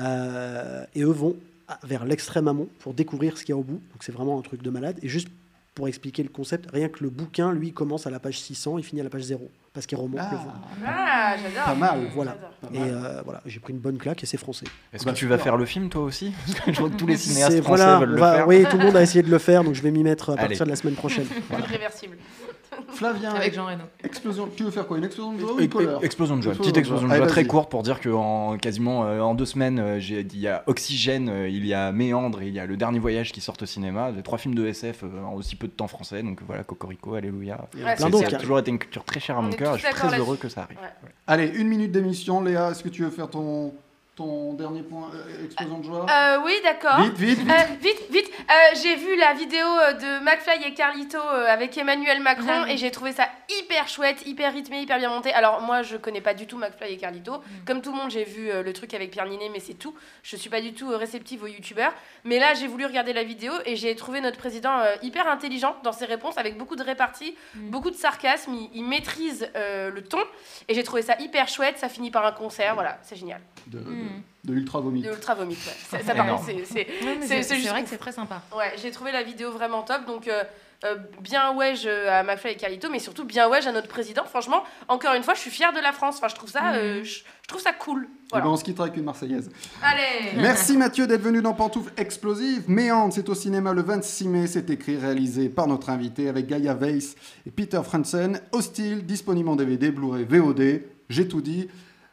Euh, et eux vont à- vers l'extrême amont pour découvrir ce qu'il y a au bout. Donc c'est vraiment un truc de malade. Et juste pour expliquer le concept, rien que le bouquin, lui, commence à la page 600 et finit à la page 0, parce qu'il remonte le vent.
Ah, j'adore.
Pas mal.
Voilà.
J'adore.
Pas
Et
mal.
euh, voilà, j'ai pris une bonne claque et c'est français.
Est-ce
Bah,
que tu vas
super.
faire le film toi aussi Parce que je vois que tous les cinéastes
C'est
français
voilà,
veulent
on
le
va-
faire.
oui, tout le monde a essayé de le faire, donc je vais m'y mettre à
Allez.
partir de la semaine prochaine.
Irréversible.
Flavien,
Avec Jean Reno.
explosion. Tu veux faire quoi Une explosion de joie ou
E-
une colère
e- Explosion de joie,
Explosion
petite
de
explosion de
joie.
joie
Allez,
très
vas-y.
courte pour dire que en quasiment euh, en deux semaines, euh, j'ai dit, il y a Oxygène, euh, il y a Méandre, il y a Le Dernier Voyage qui sortent au cinéma, les trois films de SF euh, en aussi peu de temps français, donc voilà Cocorico, Alléluia.
Il y en a
Ouais,
plein
C'est-
d'autres.
ça a
hein.
toujours été une culture très chère à
On
mon
est
cœur,
tous
et je suis
d'accord
très heureux
là-dessus.
que ça arrive.
Ouais.
Allez, une minute d'émission. Léa, est-ce que tu veux faire ton, ton dernier point euh, Explosion de joie
Euh, oui, d'accord.
Vite, vite, vite.
Euh, vite, vite, Euh, j'ai vu la vidéo euh, de McFly et Carlito euh, avec Emmanuel Macron
Ah oui.
et j'ai trouvé ça hyper chouette, hyper rythmé, hyper bien monté. Alors moi, je connais pas du tout McFly et Carlito. Comme tout le monde, j'ai vu euh, le truc avec Pierre Ninet, mais c'est tout. Je suis pas du tout euh, réceptive aux youtubeurs. Mais là, j'ai voulu regarder la vidéo et j'ai trouvé notre président euh, hyper intelligent dans ses réponses, avec beaucoup de répartie,
Mm.
beaucoup de sarcasme. Il, il maîtrise euh, le ton et j'ai trouvé ça hyper chouette. Ça finit par un concert, voilà, c'est génial.
de, de-
Hmm.
de ultra vomite.
De ultra vomite, ouais. Ça, ça, par
Énorme.
contre, c'est- c'est
Non, mais
C'est-
C'est
c'est
c'est
juste
vrai
ouf.
que c'est très sympa.
Ouais, j'ai trouvé la vidéo vraiment top. Donc, euh, euh, bien wesh euh, à McFly et Carlito, mais surtout bien wesh à notre président. Franchement, encore une fois, je suis fière de la France. Enfin, je trouve ça, euh, je, je trouve ça
Eh
cool.
ben,
Voilà.
on se quittera avec une Marseillaise.
Allez
Merci Mathieu d'être venu dans Pantoufles Explosives. Méandre, c'est au cinéma le 26 mai. C'est écrit, réalisé par notre invité avec Gaia Weiss et Peter Franzen. Hostile, disponible en DVD, Blu-ray, VOD. J'ai tout dit.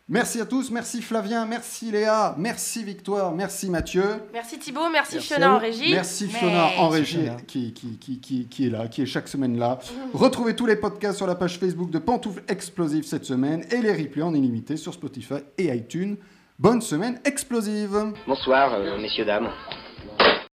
Merci à tous. Merci Flavien. Merci Léa. Merci Victoire. Merci Mathieu.
Merci Thibaut, merci,
Merci à
Fiona
vous.
en régie.
Merci Fiona en régie
Fiona.
qui, qui, qui, qui, qui est là, qui est chaque semaine là. Retrouvez tous les podcasts sur la page Facebook de Pantoufles Explosives cette semaine et les replays en illimité sur Spotify et iTunes. Bonne semaine explosive
Bonsoir, euh, messieurs, dames.